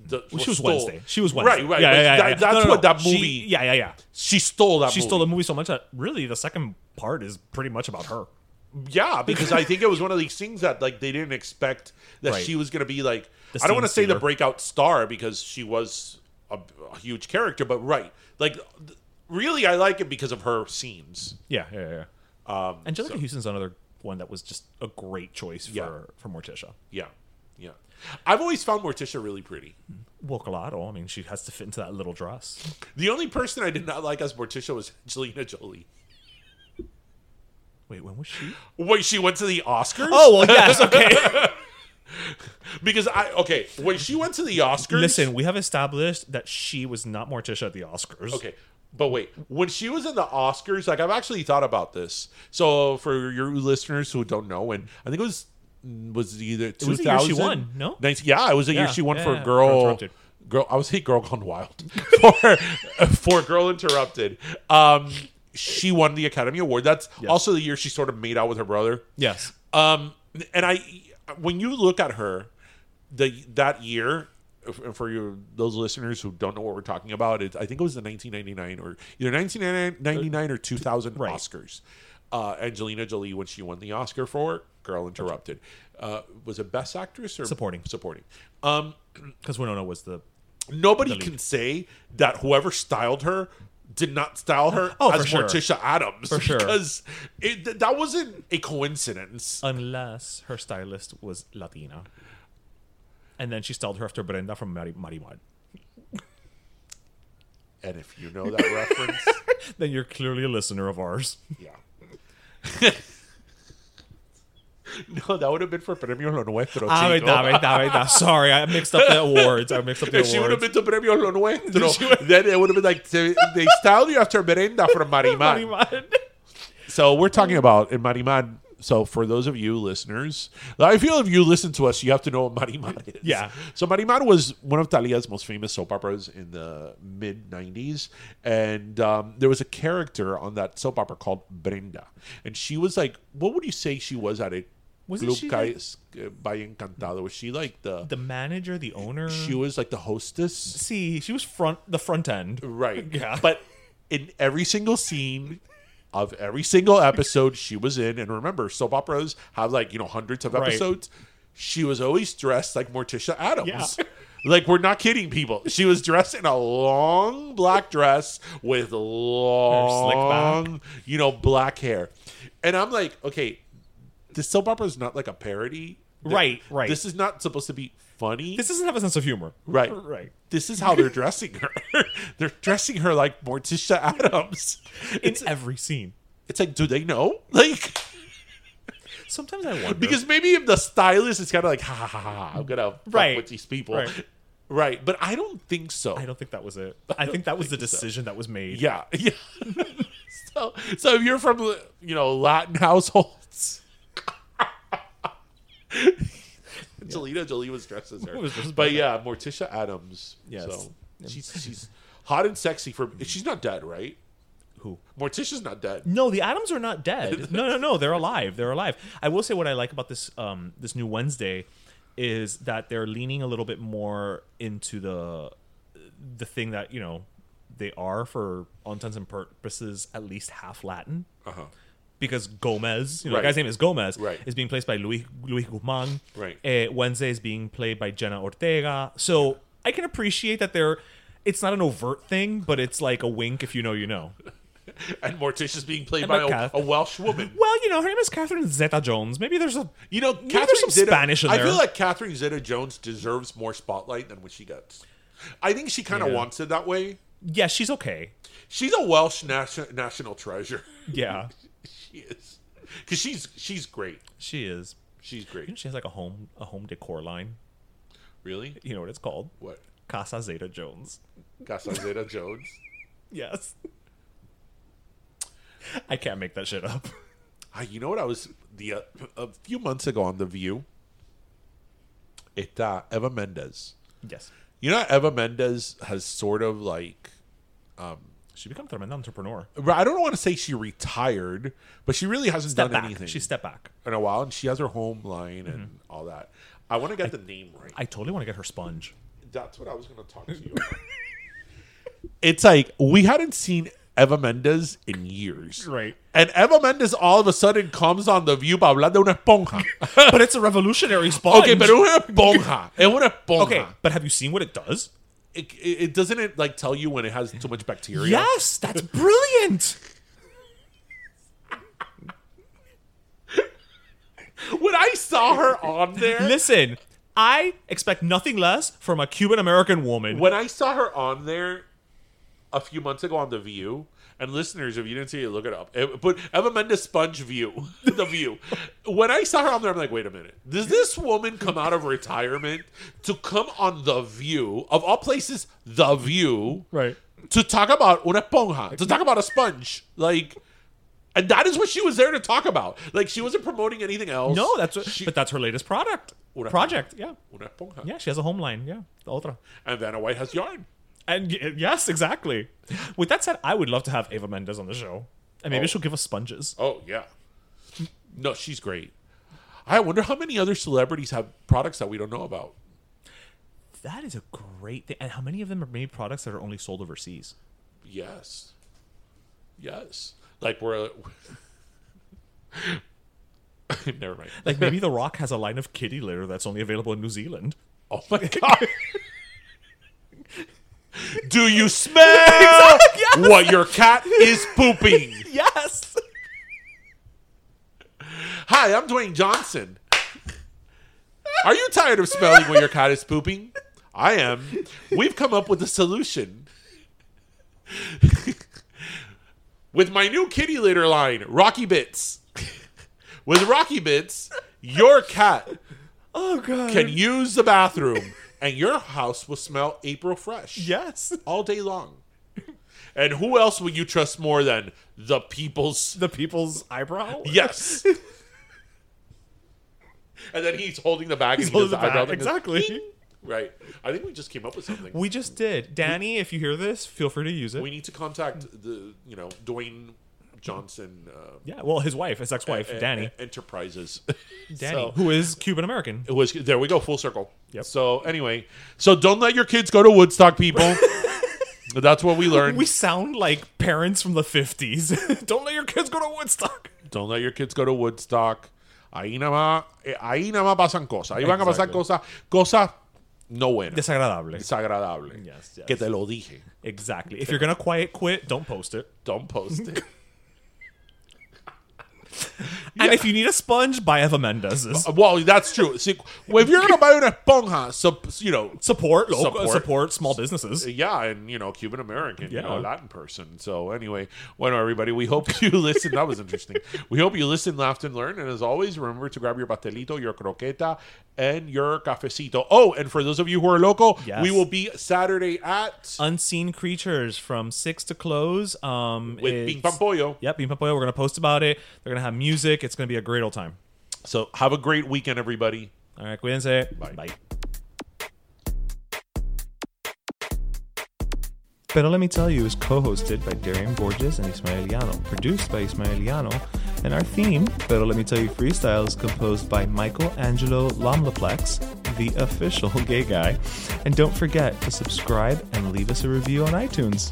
D: The,
C: Well, she was
D: stole-
C: Wednesday. She was Wednesday.
D: Right, right.
C: Yeah,
D: but
C: yeah, yeah,
D: that-
C: yeah.
D: That's
C: No, no,
D: what
C: no.
D: that
C: She-
D: movie.
C: yeah, yeah, yeah.
D: She stole that.
C: She
D: movie.
C: stole the movie so much that really the second part is pretty much about her.
D: Yeah, because I think it was one of these things that like they didn't expect that
C: Right.
D: she was going to be like.
C: The
D: I don't want to
C: scene
D: say the
C: stealer.
D: breakout star because she was a, a huge character, but right, like th- really, I like it because of her scenes.
C: Yeah, yeah, yeah. yeah. Angelica Houston's another one that was just a great choice for
D: Yeah.
C: for Morticia.
D: Yeah, yeah. I've always found Morticia really pretty.
C: Well, claro. I mean, she has to fit into that little dress.
D: The only person I did not like as Morticia was Angelina Jolie.
C: Wait, when was she?
D: Wait, she went to the Oscars?
C: Oh well, yes. Okay.
D: because I okay. When she went to the Oscars,
C: Listen, we have established that she was not Morticia at the Oscars.
D: Okay. But wait, when she was in the Oscars, like I've actually thought about this. So for your listeners who don't know, and I think it was was either
C: It was the
D: 2000.
C: year she won, no?
D: 19 yeah, it was a year
C: Yeah,
D: she won
C: yeah,
D: for
C: yeah. Girl
D: girl.
C: Interrupted.
D: Girl, I was saying girl gone wild for for girl interrupted. Um, she won the Academy Award. That's also the year she sort of made out with her brother.
C: Yes.
D: Um, and I, when you look at her, the that year, f- for you those listeners who don't know what we're talking about, it, I think it was the 1999 or either 1999 or 2000
C: Right.
D: Oscars. Uh, Angelina Jolie, when she won the Oscar for Girl Interrupted, uh, was it Best Actress or
C: Supporting.
D: Supporting. Um,
C: Because Winona was the.
D: nobody can say that whoever styled her did not style her
C: Oh, for
D: as
C: sure.
D: Morticia Adams
C: For sure.
D: because it, th- that wasn't a coincidence.
C: Unless her stylist was Latina. And then she styled her after Brenda from Mari Marimar.
D: And if you know that reference,
C: Then you're clearly a listener of ours.
D: yeah. no, that would have been for Premio Lo Nuestro.
C: Ah, wait,
D: chico.
C: nah, wait, nah, wait, nah. Sorry, I mixed up the awards. I mixed up the
D: If she would have
C: awards.
D: been to Premio Lo Nuestro, then it would have been like they they styled you after Merenda from Marimar.
C: Marimar.
D: So we're talking about in Marimad. So for those of you listeners, I feel if you listen to us, you have to know what Marimad is.
C: Yeah.
D: So Marimad was one of Talia's most famous soap operas in the mid '90s, and um, there was a character on that soap opera called Brenda, and she was like, what would you say she was at a
C: Wasn't
D: Club
C: she
D: Calle-
C: like-
D: uh, Valle Encantado? Was she like the,
C: the manager, the owner.
D: she was like the hostess,
C: see, she was front the front end.
D: right?
C: Yeah.
D: But in every single scene of every single episode she was in. And remember, soap operas have like, you know, hundreds of
C: Right.
D: episodes. She was always dressed like Morticia Adams.
C: Yeah.
D: Like, we're not kidding people. She was dressed in a long black dress with long, you know, black hair. And I'm like, okay, this soap opera is not like a parody. Th-
C: Right, right.
D: This is not supposed to be funny.
C: This doesn't have a sense of humor.
D: Right.
C: Right.
D: This is how they're dressing her. they're dressing her like Morticia Adams.
C: In every scene.
D: It's like, do they know? Like,
C: Sometimes I wonder
D: because maybe if the stylist is kind of like, ha ha ha, ha, I'm gonna fuck
C: Right.
D: with these people,
C: Right.
D: right. But I don't think so.
C: I don't think that was it. I think that was the decision that was made.
D: yeah, yeah. so, so if you're from you know Latin households. Angelina Jolie was dressed as her,
C: was dressed
D: but yeah, Morticia Adams.
C: Yes.
D: so she's she's hot and sexy. For she's not dead, right?
C: Who?
D: Morticia's not dead.
C: No, the atoms are not dead. No, no, no, they're alive. They're alive. I will say what I like about this um this new Wednesday is that they're leaning a little bit more into the the thing that, you know, they are for all intents and purposes at least half Latin.
D: Uh-huh.
C: because Gomez, you know,
D: Right.
C: the guy's name is Gomez,
D: Right.
C: is being placed by Luis Luis Guzman.
D: Right.
C: Eh, Wednesday is being played by Jenna Ortega. So I can appreciate that they're. It's not an overt thing, but it's like a wink if you know you know.
D: And Morticia's being played
C: And
D: by
C: the
D: a,
C: cat.
D: a Welsh woman.
C: Well, you know, her name is Catherine Zeta Jones. Maybe there's a
D: You know,
C: Maybe
D: Catherine
C: there's some
D: Zeta-
C: Spanish in
D: I
C: there.
D: feel like Catherine Zeta Jones deserves more spotlight than what she gets. I think she kind of wants it that way.
C: yeah, she's okay.
D: She's a Welsh nation- national treasure.
C: Yeah,
D: she is because she's she's great.
C: she is.
D: She's
C: You know,
D: great.
C: she has like a home a home decor line.
D: Really?
C: You know what it's called?
D: What?
C: Casa Zeta Jones.
D: Casa Zeta Jones.
C: Yes. I can't make that shit up.
D: Ah, you know what? I was the uh, a few months ago on the View. It uh, Eva Mendes.
C: Yes.
D: You know, Eva Mendes has sort of like
C: She become a tremendous entrepreneur.
D: I don't want to say she retired, but she really hasn't
C: Step
D: done
C: back.
D: anything.
C: She stepped back.
D: in a while, and she has her home line and all that. I want to get the name right.
C: I totally want to get her sponge.
D: That's what I was going to talk to you about. it's like we hadn't seen Eva Mendes in years.
C: Right.
D: And Eva Mendes all of a sudden comes on The View para hablar de una esponja.
C: But it's a revolutionary sponge.
D: okay, pero una esponja. Es una esponja.
C: okay. But have you seen what it does?
D: It, it, it- doesn't it like tell you when it has too much bacteria?
C: Yes, that's brilliant.
D: When I saw her on there,
C: Listen, I expect nothing less from a Cuban American woman.
D: when I saw her on there a few months ago on The View, and listeners, if you didn't see it, look it up. It- But Eva Mendes Sponge View, The View. When I saw her on there, I'm like, wait a minute. Does this woman come out of retirement to come on The View, of all places, The View,
C: Right.
D: to talk about una ponja, to talk about a sponge? Like, and that is what she was there to talk about. Like she wasn't promoting anything else.
C: No, that's what,
D: She-
C: but that's her latest product
D: Una-
C: project. Yeah,
D: Una esponja.
C: yeah, she has a home line. Yeah, the Ultra.
D: And Vanna White has yarn.
C: And y- yes, exactly. With that said, I would love to have Ava Mendes on the show, and maybe she'll give us sponges.
D: Oh yeah. No, she's great. I wonder how many other celebrities have products that we don't know about.
C: That is a great thing. And how many of them are made products that are only sold overseas?
D: Yes. Yes. Like we're never mind.
C: Like maybe The Rock has a line of kitty litter that's only available in New Zealand.
D: Oh my god. Do you smell what your cat is pooping?
C: Yes.
D: Hi, I'm Dwayne Johnson. Are you tired of smelling when your cat is pooping? I am. We've come up with a solution. with my new kitty litter line, Rocky Bits. with Rocky Bits, your cat
C: Oh god.
D: can use the bathroom and your house will smell April fresh
C: yes.
D: all day long. And who else will you trust more than the people's?
C: The people's eyebrow.
D: Yes. and then he's holding the bag and he
C: Close
D: does
C: the
D: the
C: back.
D: eyebrow thing.
C: Exactly.
D: Right. I think we just came up with something. We,
C: We just did. Danny, if you hear this, feel free to use it.
D: need to contact the you know Dwayne Johnson uh,
C: yeah. Well, his wife, his ex-wife,
D: e-
C: Danny.
D: e- Enterprises.
C: Danny,
D: So-
C: who is Cuban American.
D: It was there. We go full circle.
C: Yep.
D: So anyway, so don't let your kids go to Woodstock, people. That's what we learned.
C: We sound like parents from the 50s. Don't let your kids go to Woodstock.
D: Don't let your kids go to Woodstock. Ahí nada más, eh, ahí nada más pasan cosas. Ahí van a pasar cosas, cosas no buenas,
C: Desagradable.
D: desagradables.
C: Yes, yes.
D: Que te lo dije.
C: Exactly. If you're going to quiet quit, don't post it.
D: Don't post it.
C: And if you need a sponge, buy Eva Mendez's.
D: well, that's true. See, well, if you're gonna buy una esponja, sup- you know,
C: Support local, support.
D: Support.
C: small businesses.
D: Uh, yeah, and you know, Cuban American, you know,
C: Yeah.
D: Latin person. So anyway, bueno, everybody, we hope you listen. That was interesting. We hope you listen, laughed, and learned. And as always, remember to grab your pastelito, your croqueta, and your cafecito. Oh, and for those of you who are local,
C: Yes.
D: we will be Saturday at
C: Unseen creatures from six to close. Um,
D: with
C: it's-
D: Big Pampoyo.
C: Yep, Bean Papaya. We're gonna post about it. They're gonna have music. It's gonna be a great old time.
D: So have a great weekend, everybody.
C: All right, cuídense. Bye. Pero Let Me Tell You is co-hosted by Darian Borges and Ismael Llano, produced by Ismael Llano, and our theme, Pero Let Me Tell You Freestyle, is composed by Michael Angelo Lomlaplex, the official gay guy. And don't forget to subscribe and leave us a review on iTunes.